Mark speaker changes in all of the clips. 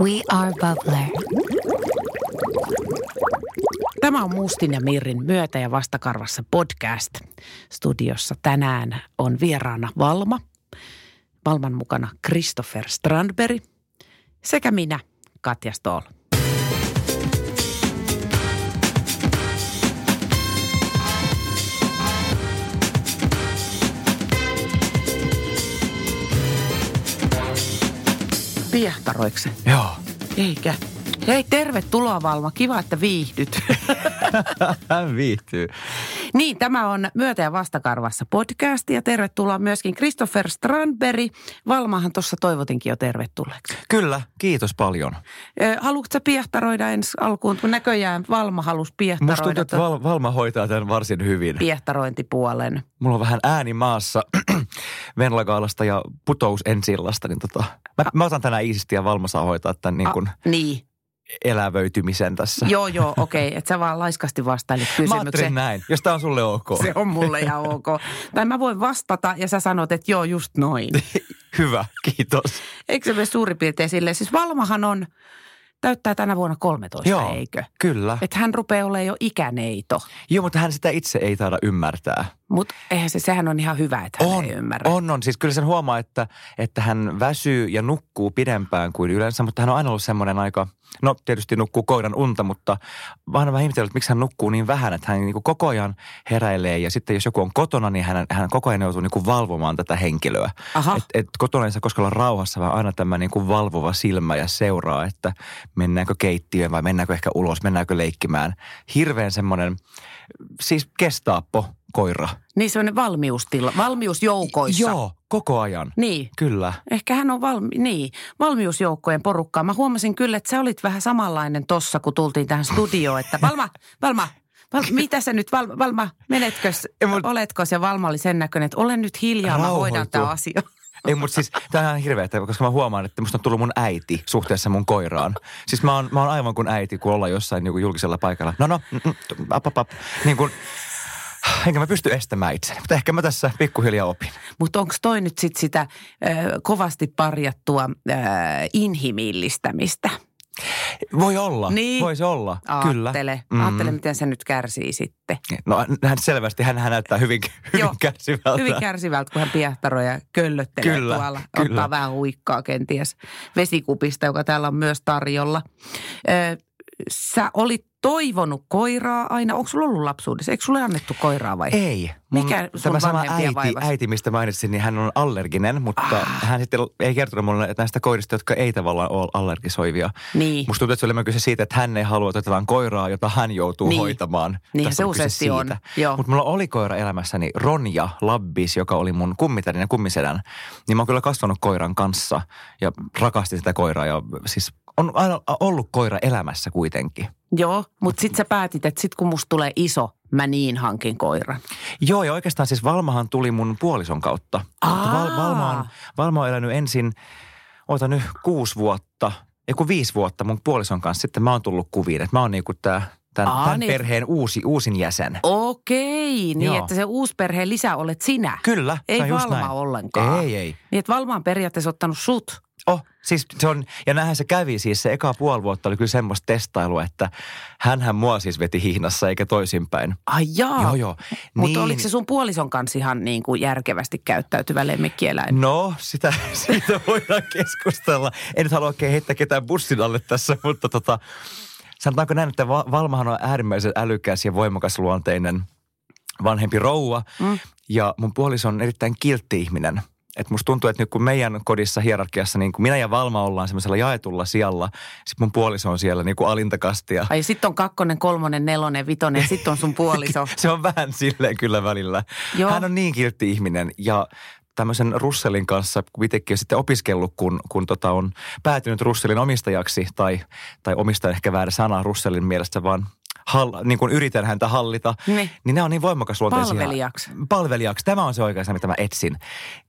Speaker 1: We are Bubbler.
Speaker 2: Tämä on Mustin ja Mirrin myötä ja vastakarvassa podcast. Studiossa tänään on vieraana Valma, Valman mukana Christopher Strandberg sekä minä Katja Stoll. Piehtaroiksi.
Speaker 3: Joo.
Speaker 2: Eikä. Hei, tervetuloa Valma. Kiva, että viihdyt.
Speaker 3: Hän viihtyy.
Speaker 2: Niin, tämä on Myötä ja vastakarvassa podcast ja tervetuloa myöskin Christopher Strandberg. Valmahan tuossa toivotinkin jo tervetulleeksi.
Speaker 3: Kyllä, kiitos paljon.
Speaker 2: Ö, Haluatko sä piehtaroida ensi alkuun? Kun näköjään Valma halusi piehtaroida.
Speaker 3: Musta tuntuu, että
Speaker 2: tuon
Speaker 3: Val- Valma hoitaa tämän varsin hyvin.
Speaker 2: piehtarointipuolen.
Speaker 3: Mulla on vähän ääni maassa Venlagaalasta ja putous ensillasta, niin tota, mä, mä otan tänään iisisti ja Valma saa hoitaa tämän niin kuin
Speaker 2: Niin.
Speaker 3: elävöitymisen tässä.
Speaker 2: Joo, joo, okei. Okay. Että sä vaan laiskasti vastailit
Speaker 3: Mä ajattelin
Speaker 2: kysymykseen.
Speaker 3: näin, jos tää on sulle ok.
Speaker 2: Se on mulle ja ok. Tai mä voin vastata ja sä sanot, että joo, just noin.
Speaker 3: Hyvä, kiitos.
Speaker 2: Eikö se mene suurin piirtein silleen? Siis Valmahan on, täyttää tänä vuonna 13,
Speaker 3: Joo.
Speaker 2: eikö?
Speaker 3: Kyllä.
Speaker 2: Että hän rupeaa olemaan jo ikäneito.
Speaker 3: Joo, mutta hän sitä itse ei taida ymmärtää.
Speaker 2: Mutta eihän se, sehän on ihan hyvä, että hän ei ymmärrä.
Speaker 3: on, on. Siis kyllä sen huomaa, että, että hän väsyy ja nukkuu pidempään kuin yleensä, mutta hän on aina ollut semmoinen aika, no tietysti nukkuu koiran unta, mutta vaan vähän ihmetellyt, että miksi hän nukkuu niin vähän, että hän niin kuin koko ajan heräilee ja sitten jos joku on kotona, niin hän, hän koko ajan joutuu niin kuin valvomaan tätä henkilöä.
Speaker 2: Aha.
Speaker 3: Et, et kotona ei saa koskaan olla rauhassa, vaan aina tämä niin kuin valvova silmä ja seuraa, että mennäänkö keittiöön vai mennäänkö ehkä ulos, mennäänkö leikkimään. Hirveän semmoinen, siis kestaappo koira.
Speaker 2: Niin semmoinen valmiustila, valmiusjoukoissa.
Speaker 3: Joo, koko ajan.
Speaker 2: Niin.
Speaker 3: Kyllä.
Speaker 2: Ehkä hän on valmi, niin, valmiusjoukkojen porukkaa. Mä huomasin kyllä, että sä olit vähän samanlainen tossa, kun tultiin tähän studioon, että Valma, Valma, Val, mitä sä nyt, Val, Valma, menetkö,
Speaker 3: Ei mun-
Speaker 2: oletko se Valma oli sen näköinen, että ole nyt hiljaa, mä hoidan
Speaker 3: Rauhoitu.
Speaker 2: tämä asia.
Speaker 3: Ei, mutta siis tämähän on hirveetä, koska mä huomaan, että musta on tullut mun äiti suhteessa mun koiraan. Siis mä oon, mä oon aivan kuin äiti, kun ollaan jossain niin julkisella paikalla. No no, mm, mm, ap, ap, ap. Niin kuin, enkä mä pysty estämään itseäni, mutta ehkä mä tässä pikkuhiljaa opin.
Speaker 2: Mutta onko toi nyt sit sitä ö, kovasti parjattua ö, inhimillistämistä?
Speaker 3: Voi olla,
Speaker 2: Niin.
Speaker 3: voi se olla, kyllä. Mm-hmm.
Speaker 2: Aattele, mm. aattele, miten se nyt kärsii sitten.
Speaker 3: No hän selvästi, hän, hän näyttää hyvin,
Speaker 2: Joo,
Speaker 3: hyvin kärsivältä.
Speaker 2: Hyvin kärsivältä, kun hän piehtaroi ja köllöttelee
Speaker 3: Kyllä,
Speaker 2: tuolla.
Speaker 3: kyllä.
Speaker 2: Ottaa vähän huikkaa kenties vesikupista, joka täällä on myös tarjolla. Ö, sä olit toivonut koiraa aina. Onko sulla ollut lapsuudessa? Eikö sulle annettu koiraa vai?
Speaker 3: Ei.
Speaker 2: Mikä sun
Speaker 3: tämä sama
Speaker 2: vanhempia
Speaker 3: äiti,
Speaker 2: vaivasi?
Speaker 3: äiti, mistä mainitsin, niin hän on allerginen, mutta
Speaker 2: Ah.
Speaker 3: ah. hän sitten ei kertonut mulle näistä koirista, jotka ei tavallaan ole allergisoivia.
Speaker 2: Niin.
Speaker 3: Musta tuntuu, että se oli enemmän kyse siitä, että hän ei halua otetaan koiraa, jota hän joutuu
Speaker 2: Niin.
Speaker 3: hoitamaan.
Speaker 2: Niinhän
Speaker 3: Tässä
Speaker 2: se
Speaker 3: oli kyse
Speaker 2: useasti on, joo.
Speaker 3: siitä. Mutta mulla oli koira elämässäni, Ronja Labbis, joka oli mun kummitärin ja kummisedän. Niin mä oon kyllä kasvanut koiran kanssa ja rakastin sitä koiraa. Ja siis on aina ollut koira elämässä kuitenkin.
Speaker 2: Joo, mutta sitten sä päätit, että sitten kun musta tulee iso, mä niin hankin koiran.
Speaker 3: Joo, ja oikeastaan siis Valmahan tuli mun puolison kautta. Mutta
Speaker 2: Aa.
Speaker 3: Val, Valma, on, Valma on elänyt ensin, oota nyt, kuusi vuotta, ei kun viisi vuotta mun puolison kanssa. Sitten mä oon tullut kuviin, että mä oon niinku tää, tämän,
Speaker 2: Aa,
Speaker 3: tämän
Speaker 2: niin.
Speaker 3: perheen uusi, uusin jäsen.
Speaker 2: Okei, niin
Speaker 3: Joo.
Speaker 2: että se uusperheen lisä olet sinä.
Speaker 3: Kyllä,
Speaker 2: Ei
Speaker 3: se on just
Speaker 2: Valma
Speaker 3: näin.
Speaker 2: ollenkaan.
Speaker 3: Ei, ei.
Speaker 2: Niin, että Valma on periaatteessa ottanut sut.
Speaker 3: Oh, siis se on, ja näinhän se kävi siis, se eka puoli vuotta oli kyllä semmoista testailua, että hänhän mua siis veti hihnassa eikä toisinpäin.
Speaker 2: Ai jaa.
Speaker 3: Joo, joo.
Speaker 2: Mutta
Speaker 3: Niin.
Speaker 2: oliko se sun puolison kanssa ihan niin kuin järkevästi käyttäytyvä lemmikkieläin?
Speaker 3: No, sitä, siitä voidaan keskustella. En nyt halua oikein heittää ketään bussin alle tässä, mutta tota, sanotaanko näin, että Va- Valmahan on äärimmäisen älykäs ja voimakas luonteinen vanhempi rouva. Mm. Ja mun puoliso on erittäin kiltti ihminen. Et musta tuntuu, että nyt kun meidän kodissa hierarkiassa, niin kun minä ja Valma ollaan semmoisella jaetulla sijalla, sit mun puoliso on siellä niin kuin alintakastia.
Speaker 2: Ai sit on kakkonen, kolmonen, nelonen, vitonen, sit on sun puoliso.
Speaker 3: Se on vähän silleen kyllä välillä.
Speaker 2: Joo.
Speaker 3: Joo. Hän on niin kiltti ihminen ja tämmöisen Russelin kanssa itsekin on sitten opiskellut, kun, kun tota on päätynyt Russelin omistajaksi tai, tai omistajan ehkä väärä sana Russelin mielestä, vaan hall, niin kuin yritän häntä hallita,
Speaker 2: Niin.
Speaker 3: niin, niin nämä on niin voimakas luonteisia.
Speaker 2: Palvelijaksi.
Speaker 3: Palvelijaksi. Tämä on se oikea sana, mitä mä etsin.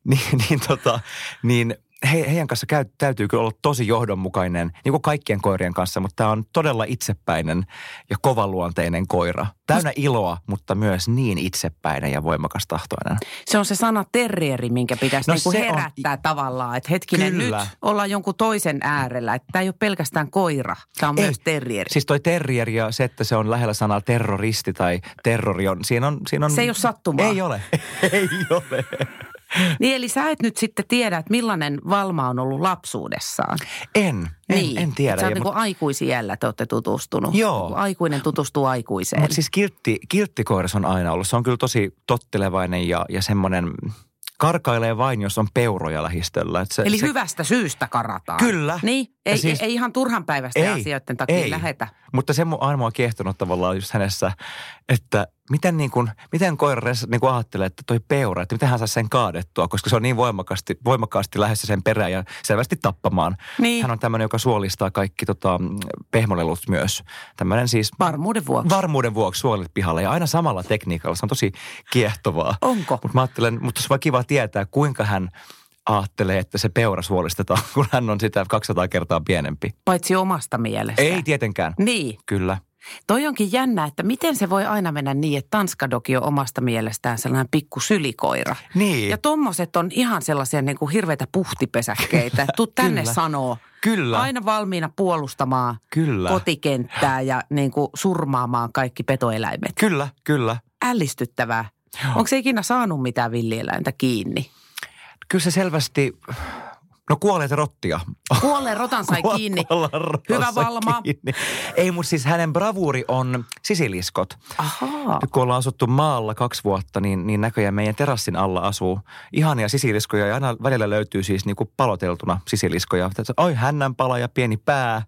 Speaker 3: Niin, niin, tota, niin he, heidän kanssa käy, täytyy kyllä olla tosi johdonmukainen, niin kuin kaikkien koirien kanssa, mutta tämä on todella itsepäinen ja kovaluonteinen koira. Täynnä iloa, mutta myös niin itsepäinen ja voimakas tahtoinen.
Speaker 2: Se on se sana terrieri, minkä pitäisi no
Speaker 3: No
Speaker 2: niinku
Speaker 3: se on-
Speaker 2: herättää on... tavallaan, että hetkinen Kyllä.
Speaker 3: Kyllä.
Speaker 2: nyt ollaan jonkun toisen äärellä. Että tämä ei ole pelkästään koira, tämä on
Speaker 3: Ei.
Speaker 2: myös Eh, terrieri.
Speaker 3: Siis toi terrier ja se, että se on lähellä sanaa terroristi tai terrori on, siinä on... Siinä on
Speaker 2: Se ei ole sattumaa.
Speaker 3: Ei ole. ei ole.
Speaker 2: Niin eli sä et nyt sitten tiedä, että millainen Valma on ollut lapsuudessaan.
Speaker 3: En, en,
Speaker 2: niin.
Speaker 3: en tiedä.
Speaker 2: Sä oot
Speaker 3: Ja
Speaker 2: niin
Speaker 3: mut-
Speaker 2: kuin aikuisiällä te olette tutustunut.
Speaker 3: Joo.
Speaker 2: Kun Aikuinen tutustuu aikuiseen.
Speaker 3: Mutta siis kiltti, kilttikoiras on aina ollut. Se on kyllä tosi tottelevainen ja, ja semmoinen karkailee vain, jos on peuroja lähistöllä. Et se,
Speaker 2: Eli
Speaker 3: se,
Speaker 2: hyvästä syystä karataan.
Speaker 3: Kyllä.
Speaker 2: Niin,
Speaker 3: Ja
Speaker 2: ei, siis,
Speaker 3: siis-
Speaker 2: ei ihan turhan päivästä
Speaker 3: Ei,
Speaker 2: asioiden takia
Speaker 3: ei.
Speaker 2: lähetä.
Speaker 3: Mutta se mun aina mua kiehtonut tavallaan just hänessä, että miten, niin kun, miten koira res, niin kun ajattelee, että toi peura, että miten hän saa sen kaadettua, koska se on niin voimakkaasti, voimakkaasti lähdössä sen perään ja selvästi tappamaan.
Speaker 2: Niin.
Speaker 3: Hän on tämmöinen, joka suolistaa kaikki tota, mm, pehmolelut myös. Tämmöinen siis
Speaker 2: Varmuuden vuoksi.
Speaker 3: varmuuden vuoksi suolit pihalla ja aina samalla tekniikalla. Se on tosi kiehtovaa.
Speaker 2: Onko?
Speaker 3: Mutta mä ajattelen, mutta olisi vaan kiva tietää, kuinka hän ajattelee, että se peura suolistetaan, kun hän on sitä 200 kertaa pienempi.
Speaker 2: Paitsi omasta mielestä.
Speaker 3: Ei tietenkään.
Speaker 2: Niin.
Speaker 3: Kyllä.
Speaker 2: Toi onkin jännä, että miten se voi aina mennä niin, että Tanskadoki on omasta mielestään sellainen pikku sylikoira.
Speaker 3: Niin.
Speaker 2: Ja tommoset on ihan sellaisia niin kuin hirveitä puhtipesäkkeitä. että Tuu tänne
Speaker 3: Kyllä.
Speaker 2: sanoo.
Speaker 3: Kyllä.
Speaker 2: Aina valmiina puolustamaan
Speaker 3: Kyllä.
Speaker 2: kotikenttää ja niin kuin surmaamaan kaikki petoeläimet.
Speaker 3: Kyllä, kyllä.
Speaker 2: Ällistyttävää. Onko se ikinä saanut mitään villieläintä kiinni?
Speaker 3: Kyllä se selvästi, no kuolleita rottia.
Speaker 2: Kuolleen rotan sai
Speaker 3: Kuol-
Speaker 2: kiinni.
Speaker 3: kuollaan rotassa
Speaker 2: Hyvä Valma.
Speaker 3: Kiinni. Ei, mutta siis hänen bravuuri on sisiliskot.
Speaker 2: Ahaa.
Speaker 3: Nyt kun ollaan asuttu maalla kaksi vuotta, niin, niin näköjään meidän terassin alla asuu ihania sisiliskoja. Ja aina välillä löytyy siis niin kuin paloteltuna sisiliskoja. Tässä, Oi hännän pala ja pieni pää.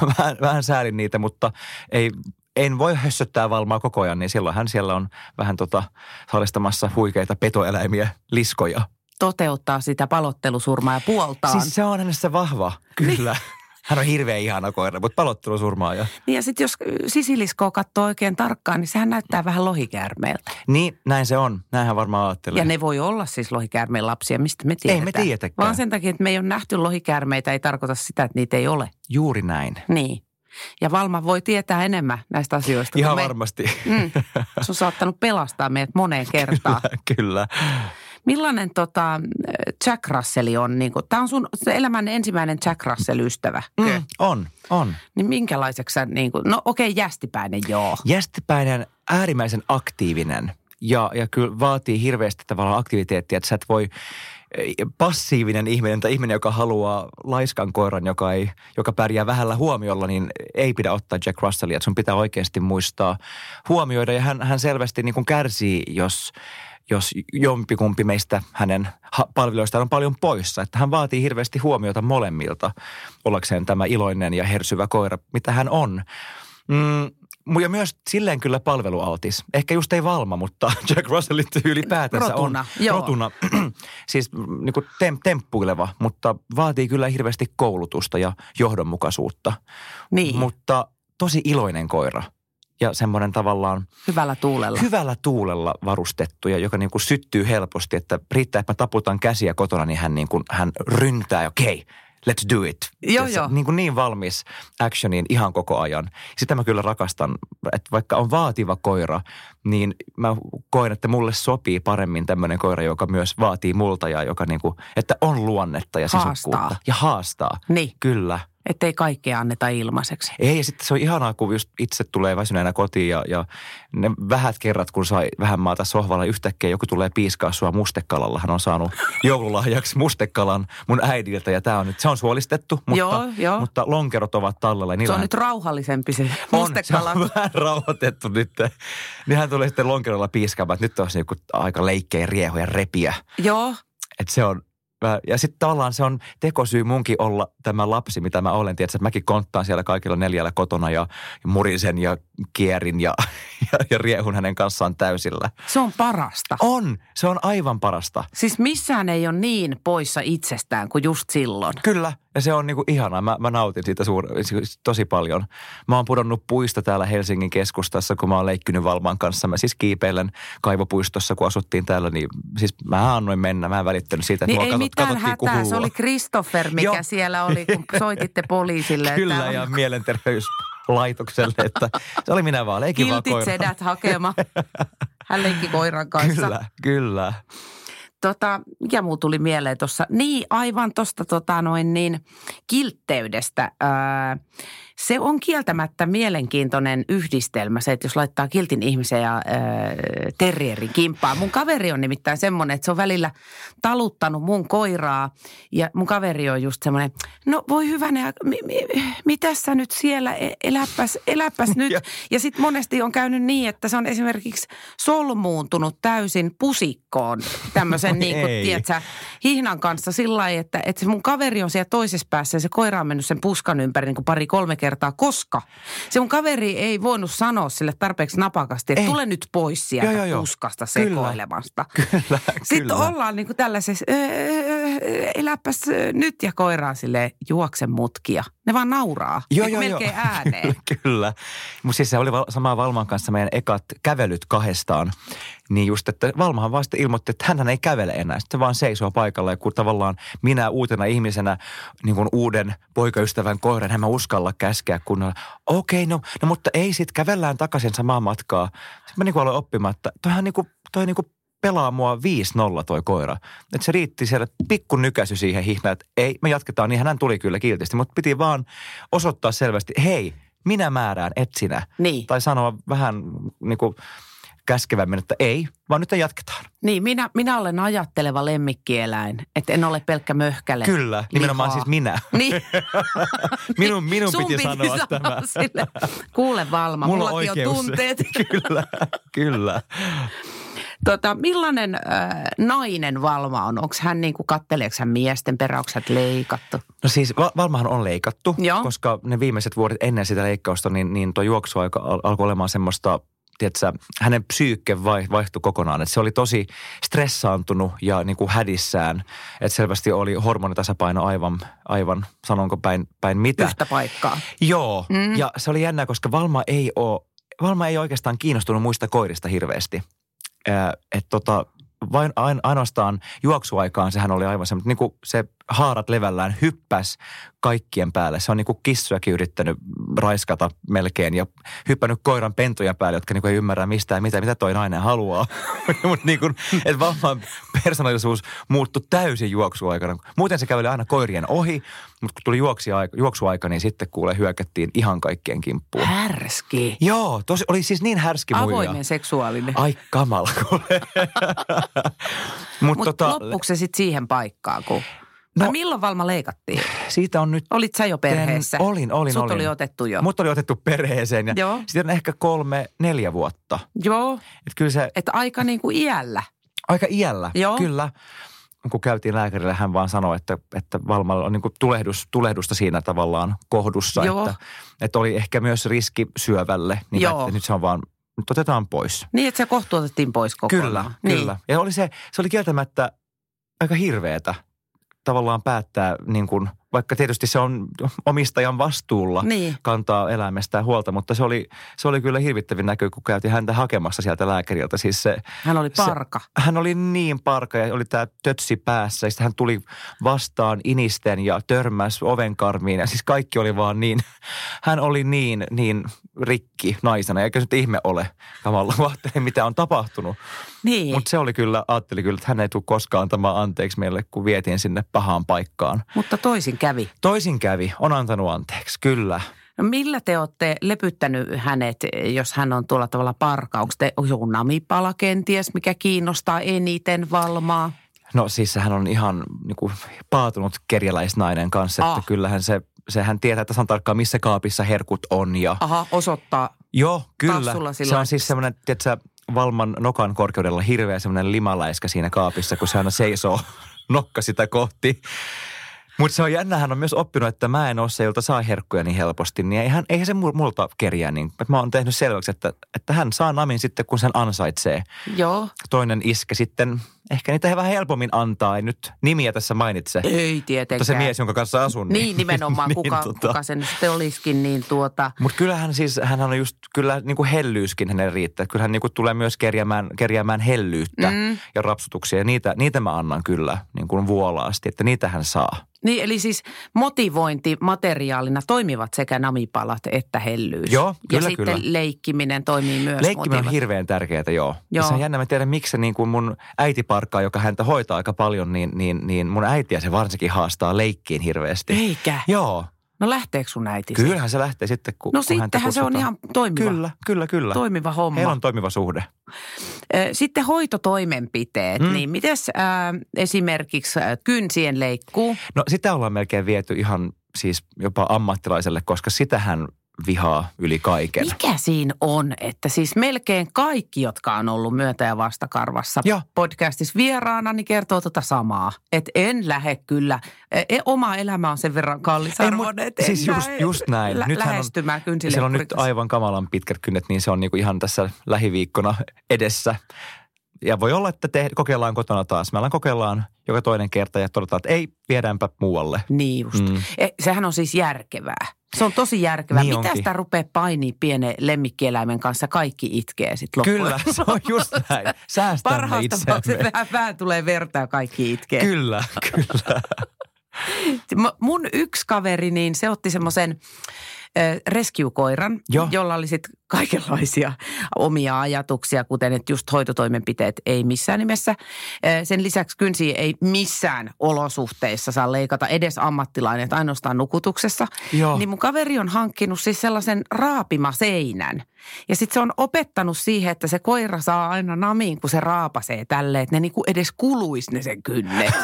Speaker 3: Vähän, vähän säälin niitä, mutta ei, en voi hössöttää valmaa koko ajan. Niin silloin hän siellä on vähän tota, harrastamassa huikeita petoeläimiä, liskoja.
Speaker 2: Toteuttaa sitä palottelusurmaa ja puoltaan.
Speaker 3: Siis se on hänessä vahva, kyllä. Hän on hirveän ihana koira, mutta palottelusurmaaja.
Speaker 2: Niin ja sitten jos ö, sisiliskoa katsoo oikein tarkkaan, niin sehän näyttää vähän lohikäärmeeltä.
Speaker 3: Niin, näin se on. Näinhän varmaan ajattelee.
Speaker 2: Ja ne voi olla siis lohikäärmeen lapsia, mistä me tiedetään.
Speaker 3: me tiedetäkään.
Speaker 2: Vaan sen takia, että me ei ole nähty lohikäärmeitä, ei tarkoita sitä, että niitä ei ole.
Speaker 3: Juuri näin.
Speaker 2: Niin. Ja Valma voi tietää enemmän näistä asioista.
Speaker 3: Ihan
Speaker 2: kuin me.
Speaker 3: varmasti.
Speaker 2: Mm. Se on saattanut pelastaa meidät moneen kertaan.
Speaker 3: kyllä.
Speaker 2: Millainen tota, äh, Jack Russell on? Niin Tämä on sun se elämän ensimmäinen Jack Russell-ystävä.
Speaker 3: Mm, on, on.
Speaker 2: Niin minkälaiseksi sä, niin kuin, no okei, okay, jästipäinen joo.
Speaker 3: Jästipäinen, äärimmäisen aktiivinen ja, ja kyllä vaatii hirveästi tavallaan aktiviteettia, että sä et voi ei, passiivinen ihminen tai ihminen, joka haluaa laiskan koiran, joka, ei, joka pärjää vähällä huomiolla, niin ei pidä ottaa Jack Russellia. Että sun pitää oikeasti muistaa huomioida ja hän, hän selvästi niin kuin kärsii, jos, jos jompikumpi meistä hänen ha- palveluistaan on paljon poissa. Että hän vaatii hirveästi huomiota molemmilta ollakseen tämä iloinen ja hersyvä koira, mitä hän on. Mm, mu- ja myös silleen kyllä palvelualtis. Ehkä just ei valma, mutta Jack Russellin ylipäätänsä
Speaker 2: Rotuna,
Speaker 3: on
Speaker 2: joo.
Speaker 3: rotuna, siis niin kuin tem, temppuileva, mutta vaatii kyllä hirveästi koulutusta ja johdonmukaisuutta.
Speaker 2: Niin, Mut,
Speaker 3: Mutta tosi iloinen koira ja semmoinen tavallaan
Speaker 2: hyvällä tuulella.
Speaker 3: hyvällä tuulella varustettu ja joka niin kuin syttyy helposti, että riittääpä taputan käsiä kotona, niin hän, niin kuin, hän ryntää, okei, okay, let's do it.
Speaker 2: Joo,
Speaker 3: Ja
Speaker 2: joo.
Speaker 3: Niin, kuin niin valmis actioniin ihan koko ajan. Sitä mä kyllä rakastan, että vaikka on vaativa koira, niin mä koen, että mulle sopii paremmin tämmöinen koira, joka myös vaatii multa ja joka niin kuin, että on luonnetta ja
Speaker 2: Haastaa.
Speaker 3: sisukkuutta. Ja haastaa.
Speaker 2: Niin,
Speaker 3: Kyllä.
Speaker 2: ettei kaikkea anneta ilmaiseksi.
Speaker 3: Ei, ja sitten se on ihanaa, kun just itse tulee väsyneenä kotiin ja, ja ne vähät kerrat, kun sai vähän maata sohvalla, niin yhtäkkiä joku tulee piiskaa sua mustekalalla. Hän on saanut joululahjaksi mustekalan mun äidiltä ja tää on nyt, se on suolistettu, mutta,
Speaker 2: Joo, joo.
Speaker 3: mutta lonkerot ovat tallella. ja
Speaker 2: Se
Speaker 3: niillähän-
Speaker 2: on nyt rauhallisempi se
Speaker 3: on, se
Speaker 2: mustekala.
Speaker 3: on vähän rauhoitettu nyt. Niin hän tulee sitten lonkerolla piiskaamaan, että nyt olisi niinku aika leikkeen riehoja repiä.
Speaker 2: Joo,
Speaker 3: Että se on, Mä- Ja sitten tavallaan se on tekosyy munkin olla tämä lapsi, mitä mä olen. Tiedätkö, että mäkin konttaan siellä kaikilla neljällä kotona ja murisen ja kierin ja, ja, ja riehun hänen kanssaan täysillä.
Speaker 2: Se on parasta.
Speaker 3: On! Se on aivan parasta.
Speaker 2: Siis missään ei ole niin poissa itsestään kuin just silloin.
Speaker 3: Kyllä, ja se on niinku ihanaa. Mä, mä nautin siitä suur, siis tosi paljon. Mä oon pudonnut puista täällä Helsingin keskustassa, kun mä oon leikkinyt Valman kanssa. Mä siis kiipeilen kaivopuistossa, kun asuttiin täällä, niin siis mä annoin mennä. Mä en välittänyt siitä, että
Speaker 2: Niin
Speaker 3: mua
Speaker 2: ei
Speaker 3: katsot-
Speaker 2: mitään
Speaker 3: katsottiin kuin
Speaker 2: hätää, se
Speaker 3: hullua.
Speaker 2: oli Christopher, mikä
Speaker 3: Joo.
Speaker 2: siellä oli, kun soititte poliisille.
Speaker 3: Kyllä,
Speaker 2: että
Speaker 3: ja
Speaker 2: on niinku-
Speaker 3: mielenterveyslaitokselle, että se oli minä vaan, leikin vaan
Speaker 2: kiltit
Speaker 3: koira.
Speaker 2: sedät hakema. Hän leikki koiran kanssa.
Speaker 3: Kyllä, kyllä.
Speaker 2: Tota, mikä muu tuli mieleen tuossa? Niin, aivan tuosta tota noin niin kiltteydestä. Ää, se on kieltämättä mielenkiintoinen yhdistelmä se, että jos laittaa kiltin ihmisen ja ää, terrierin kimppaan. Mun kaveri on nimittäin semmoinen, että se on välillä taluttanut mun koiraa ja mun kaveri on just semmoinen, no voi hyvänä, aika, mi, mi, mitä sä nyt siellä, E- eläpäs, eläpäs nyt. Ja sitten monesti on käynyt niin, että se on esimerkiksi solmuuntunut täysin pusikkoon tämmöisen niin kuin,
Speaker 3: ei.
Speaker 2: tiedätkö, hihnan kanssa sillä lailla, että, että se mun kaveri on siellä toisessa päässä ja se koira on mennyt sen puskan ympäri niin kuin pari-kolme kertaa, koska se mun kaveri ei voinut sanoa sille tarpeeksi napakasti, että
Speaker 3: Ei.
Speaker 2: tule nyt pois sieltä
Speaker 3: Joo, joo, joo.
Speaker 2: puskasta
Speaker 3: Kyllä.
Speaker 2: sekoilemasta.
Speaker 3: Kyllä,
Speaker 2: Sitten
Speaker 3: kyllä.
Speaker 2: ollaan niin kuin tällaisessa, "Ö, ö, ö, eläpäs ö, nyt ja koiraan sille juoksen mutkia. Ne vaan nauraa. Niin kuin melkein ääneen.
Speaker 3: Kyllä. Mutta siis se oli val- samaa Valman kanssa meidän ekat kävelyt kahdestaan. Niin just, että Valmahan vasta ilmoitti, että hän ei kävele enää. Sitten vaan seisoo paikalla ja kun tavallaan minä uutena ihmisenä niin kuin uuden poikaystävän koiran, en mä uskalla käskeä kunnolla. Okei, no, no, mutta ei sit kävellään takaisin samaa matkaa. Sitten mä niin kuin aloin oppimaan, että toihan niin kuin, toi niin kuin pelaa mua 5-0 toi koira. Että se riitti siellä pikku nykäisy siihen hihnaan, että ei, me jatketaan, niin hän tuli kyllä kiltisti, mutta piti vaan osoittaa selvästi, hei, minä määrään, et sinä.
Speaker 2: Niin.
Speaker 3: Tai sanoa vähän niin kuin käskevämmin, että ei, vaan nyt jatketaan.
Speaker 2: Niin, minä, minä olen ajatteleva lemmikkieläin, että en ole pelkkä möhkäle.
Speaker 3: Kyllä, nimenomaan
Speaker 2: lihaa.
Speaker 3: siis minä.
Speaker 2: Niin.
Speaker 3: Minun- minun
Speaker 2: Sun
Speaker 3: piti sanoa tämä.
Speaker 2: Sille. Kuule Valma,
Speaker 3: Mulla
Speaker 2: Mulla
Speaker 3: on
Speaker 2: mullakin on
Speaker 3: oikeus.
Speaker 2: tunteet.
Speaker 3: kyllä, kyllä.
Speaker 2: Tota, millainen äh, nainen Valma on? Onko hän niin kuin, katteleeko hän miesten perä, onko hän leikattu?
Speaker 3: No siis va- Valmahan on leikattu,
Speaker 2: Joo.
Speaker 3: koska ne viimeiset vuodet ennen sitä leikkausta, niin, niin tuo juoksuaika al- alkoi olemaan semmoista, tiedätkö, hänen psyykke vai- vaihtui kokonaan. Et se oli tosi stressaantunut ja niin kuin hädissään, että selvästi oli hormonitasapaino aivan, aivan sanonko päin, päin mitä.
Speaker 2: Yhtä paikkaa.
Speaker 3: Joo, mm. ja se oli jännää, koska Valma ei ole, Valma ei oikeastaan kiinnostunut muista koirista hirveästi. Äh, et tota, vain ain, ainoastaan juoksuaikaan sehän oli aivan semmoinen, niin kuin se haarat levällään hyppäs kaikkien päälle. Se on niin kuin kissuakin yrittänyt raiskata melkein ja hyppännyt koiran pentuja päälle, jotka niin kuin ei ymmärrä mistään mitä, mitä toi nainen haluaa. Mutta niin kuin, että vamman persoonallisuus muuttui täysin juoksuaikana. Muuten se käveli aina koirien ohi, mutta kun tuli juoksiaika, juoksuaika, niin sitten kuule hyökättiin ihan kaikkien kimppuun.
Speaker 2: Härski.
Speaker 3: Joo, tosi, oli siis niin härski muija. Ah,
Speaker 2: Avoimen seksuaalinen.
Speaker 3: Ai kamala kuule. Mut
Speaker 2: Mutta tota, loppuksi se sitten siihen paikkaan, kun... No,
Speaker 3: No-
Speaker 2: milloin Valma leikattiin?
Speaker 3: siitä on nyt...
Speaker 2: Olit sä jo perheessä?
Speaker 3: En- Olin, olin,
Speaker 2: Sut
Speaker 3: olin.
Speaker 2: oli otettu jo.
Speaker 3: Mut oli otettu perheeseen ja
Speaker 2: Joo.
Speaker 3: sitten ehkä kolme, neljä vuotta.
Speaker 2: Joo,
Speaker 3: Et kyllä se
Speaker 2: että aika niin kuin iällä.
Speaker 3: aika iällä,
Speaker 2: Joo.
Speaker 3: kyllä. Kun käytiin lääkärillä, hän vaan sanoi, että, että Valmalla on niin kuin tulehdus, tulehdusta siinä tavallaan kohdussa.
Speaker 2: Joo.
Speaker 3: Että, että oli ehkä myös riski syövälle, niin
Speaker 2: Joo.
Speaker 3: että nyt se on vaan, nyt otetaan pois.
Speaker 2: Niin, että se kohtu otettiin pois kokonaan.
Speaker 3: Kyllä,
Speaker 2: niin.
Speaker 3: kyllä. Ja oli se, se oli kieltämättä aika hirveetä tavallaan päättää, niin kuin, vaikka tietysti se on omistajan vastuulla
Speaker 2: Niin.
Speaker 3: kantaa eläimestään huolta, mutta se oli, se oli kyllä hirvittävin näkö, kun käytiin häntä hakemassa sieltä lääkäriltä. Siis se,
Speaker 2: Hän oli
Speaker 3: Se-
Speaker 2: parka.
Speaker 3: hän oli niin parka ja oli tämä tötsi päässä. Ja sitten hän tuli vastaan inisten ja törmäsi ovenkarmiin. Ja siis kaikki oli vaan niin, hän oli niin, niin rikki naisena. Eikä se nyt ihme ole kamalla, kun ajattelee, mitä on tapahtunut.
Speaker 2: Niin,
Speaker 3: Mutta se oli kyllä, ajatteli kyllä, että hän ei tule koskaan antamaan anteeksi meille, kun vietiin sinne pahaan paikkaan.
Speaker 2: mutta toisin kävi.
Speaker 3: Toisin kävi, on antanut anteeksi, kyllä.
Speaker 2: No millä te olette lepyttänyt hänet, jos hän on tuolla tavalla parka? Onko te joku namipala kenties, mikä kiinnostaa eniten Valmaa?
Speaker 3: No siis sehän on ihan niin kuin, paatunut kerjäläisnainen kanssa, että
Speaker 2: Ah.
Speaker 3: ah. kyllähän se, sehän tietää tasan tarkkaan, missä kaapissa herkut on ja
Speaker 2: Aha, osoittaa.
Speaker 3: Joo, kyllä.
Speaker 2: Tassulla
Speaker 3: Se
Speaker 2: sillä-
Speaker 3: on siis semmoinen, tiedätkö, Valman nokan korkeudella hirveä semmoinen limaläiskä siinä kaapissa, kun se aina seisoo nokka sitä kohti. Mutta se on jännä, hän on myös oppinut, että mä en ole se, jolta saa herkkuja niin helposti. Niin eihän, eihän se mul- multa kerjää niin. Et Mä oon tehnyt selväksi, että, että hän saa namin sitten, kun sen ansaitsee.
Speaker 2: Joo.
Speaker 3: Toinen iskä sitten, ehkä niitä he vähän helpommin antaa. En nyt nimiä tässä mainitse.
Speaker 2: Ei tietenkään.
Speaker 3: Mutta se mies, jonka kanssa asun.
Speaker 2: Niin nimenomaan, niin, kuka, tota... kuka se nyt sitten olisikin, niin tuota...
Speaker 3: Mutta kyllähän siis, hän on just, kyllä niin kuin hellyyskin hänelle riittää. Kyllähän niin kuin tulee myös kerjäämään, kerjäämään hellyyttä mm. ja rapsutuksia. Ja niitä, niitä mä annan kyllä niin kuin vuolaasti, että niitä hän saa.
Speaker 2: Niin, eli siis motivointimateriaalina toimivat sekä namipalat että hellyys.
Speaker 3: Joo,
Speaker 2: ja
Speaker 3: kyllä,
Speaker 2: sitten
Speaker 3: kyllä.
Speaker 2: leikkiminen toimii myös
Speaker 3: Leikkiminen on
Speaker 2: motiva-
Speaker 3: hirveän tärkeää, joo. joo.
Speaker 2: Joo.
Speaker 3: Se on jännä, mä tiedän miksi se niin kuin mun äitiparkkaa, joka häntä hoitaa aika paljon, niin, niin, niin mun äitiä se varsinkin haastaa leikkiin hirveästi.
Speaker 2: Eikä.
Speaker 3: Joo,
Speaker 2: No lähteekö sun äiti? siitä?
Speaker 3: kyllähän se lähtee sitten, kun
Speaker 2: No
Speaker 3: kun häntä
Speaker 2: sittenhän se on
Speaker 3: kutsutaan.
Speaker 2: ihan toimiva.
Speaker 3: Kyllä, kyllä, kyllä.
Speaker 2: Toimiva homma.
Speaker 3: Heillä on toimiva suhde.
Speaker 2: Ö, Sitten hoitotoimenpiteet,
Speaker 3: Mm.
Speaker 2: mm. niin mites äh, esimerkiksi äh, kynsien leikkuu?
Speaker 3: No sitä ollaan melkein viety ihan siis jopa ammattilaiselle, koska sitähän vihaa yli kaiken.
Speaker 2: Mikä siinä on, että siis melkein kaikki, jotka on ollut myötä- ja vastakarvassa
Speaker 3: Joo.
Speaker 2: podcastissa vieraana, niin kertoo tota samaa. Että en lähde kyllä. E, oma elämä on sen verran kallis
Speaker 3: Ei,
Speaker 2: arvoinen,
Speaker 3: mut-
Speaker 2: että en
Speaker 3: siis just,
Speaker 2: lähde
Speaker 3: just näin.
Speaker 2: Lä-
Speaker 3: Nythän
Speaker 2: lähestymään
Speaker 3: on,
Speaker 2: kynsille
Speaker 3: Siellä on nyt
Speaker 2: kurikassa.
Speaker 3: aivan kamalan pitkät kynnet, niin se on niinku ihan tässä lähiviikkona edessä. Ja voi olla, että te, kokeillaan kotona taas. Meillä kokeillaan joka toinen kerta ja todetaan, että ei, viedäänpä muualle.
Speaker 2: Niin just.
Speaker 3: Mm.
Speaker 2: Mm. E, sehän on siis järkevää. Se on tosi järkevää.
Speaker 3: Niin
Speaker 2: Mitä
Speaker 3: onkin.
Speaker 2: sitä rupeaa painii pienen lemmikkieläimen kanssa? Kaikki itkee sitten loppuun.
Speaker 3: Kyllä, se on just näin. Säästämme
Speaker 2: Parhaassa tapauksessa
Speaker 3: itseämme.
Speaker 2: vähän, vähän tulee verta ja kaikki itkee.
Speaker 3: Kyllä, kyllä.
Speaker 2: M- Mun yksi kaveri, niin se otti semmoisen rescue-koiran,
Speaker 3: Joo.
Speaker 2: jolla oli sit kaikenlaisia omia ajatuksia, kuten että just hoitotoimenpiteet ei missään nimessä. Ö, Sen lisäksi kynsiä ei missään olosuhteissa saa leikata, edes ammattilainen, että ainoastaan nukutuksessa.
Speaker 3: Joo.
Speaker 2: Niin mun kaveri on hankkinut siis sellaisen raapimaseinän. Ja sitten se on opettanut siihen, että se koira saa aina namiin, kun se raapasee tälleen, että ne niinku edes kuluisi ne sen kynnet.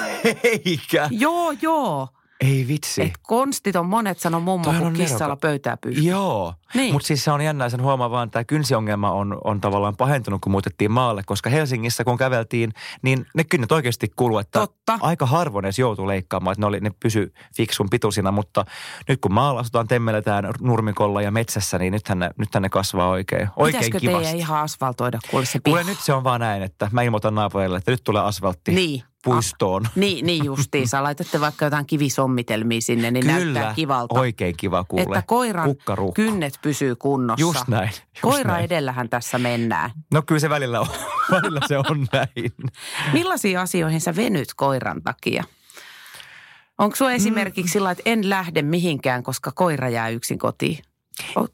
Speaker 3: Eikä.
Speaker 2: joo, joo.
Speaker 3: Ei vitsi.
Speaker 2: Et konstit on monet sano mummo,
Speaker 3: Toihan
Speaker 2: kun
Speaker 3: on
Speaker 2: kissalla
Speaker 3: nerokasta.
Speaker 2: pöytää pyyhkii.
Speaker 3: Joo, niin.
Speaker 2: Niin.
Speaker 3: mutta siis se on jännää, sen huomaa vaan, että tämä kynsiongelma on, on tavallaan pahentunut, kun muutettiin maalle, koska Helsingissä kun käveltiin, niin ne kynnet oikeasti kuuluu, että
Speaker 2: Totta.
Speaker 3: aika harvoin edes joutui leikkaamaan, että ne, oli, ne pysy fiksun pituisina, mutta nyt kun maalla asutaan, temmeletään nurmikolla ja metsässä, niin nythän ne, nythän ne kasvaa oikein, oikein
Speaker 2: Pitäisikö
Speaker 3: kivasti.
Speaker 2: teidän ihan asfaltoida, kuule se piha?
Speaker 3: Kuule nyt se on vaan näin, että mä ilmoitan naapureille, että nyt tulee asfaltti
Speaker 2: Niin.
Speaker 3: puistoon.
Speaker 2: Niin, niin justiinsa. Laitatte vaikka jotain kivisommitelmiä sinne, niin näyttää kivalta.
Speaker 3: oikein kiva kuule.
Speaker 2: Että koiran
Speaker 3: Kukkaruukku.
Speaker 2: kynnet pysyy kunnossa.
Speaker 3: Just näin. Just
Speaker 2: Koira
Speaker 3: näin.
Speaker 2: edellähän tässä mennään.
Speaker 3: No kyllä se välillä on. välillä se on näin.
Speaker 2: Millaisiin asioihin sä venyt koiran takia? Onko
Speaker 3: Mm.
Speaker 2: sulla esimerkiksi sillä, että en lähde mihinkään, koska koira jää yksin kotiin?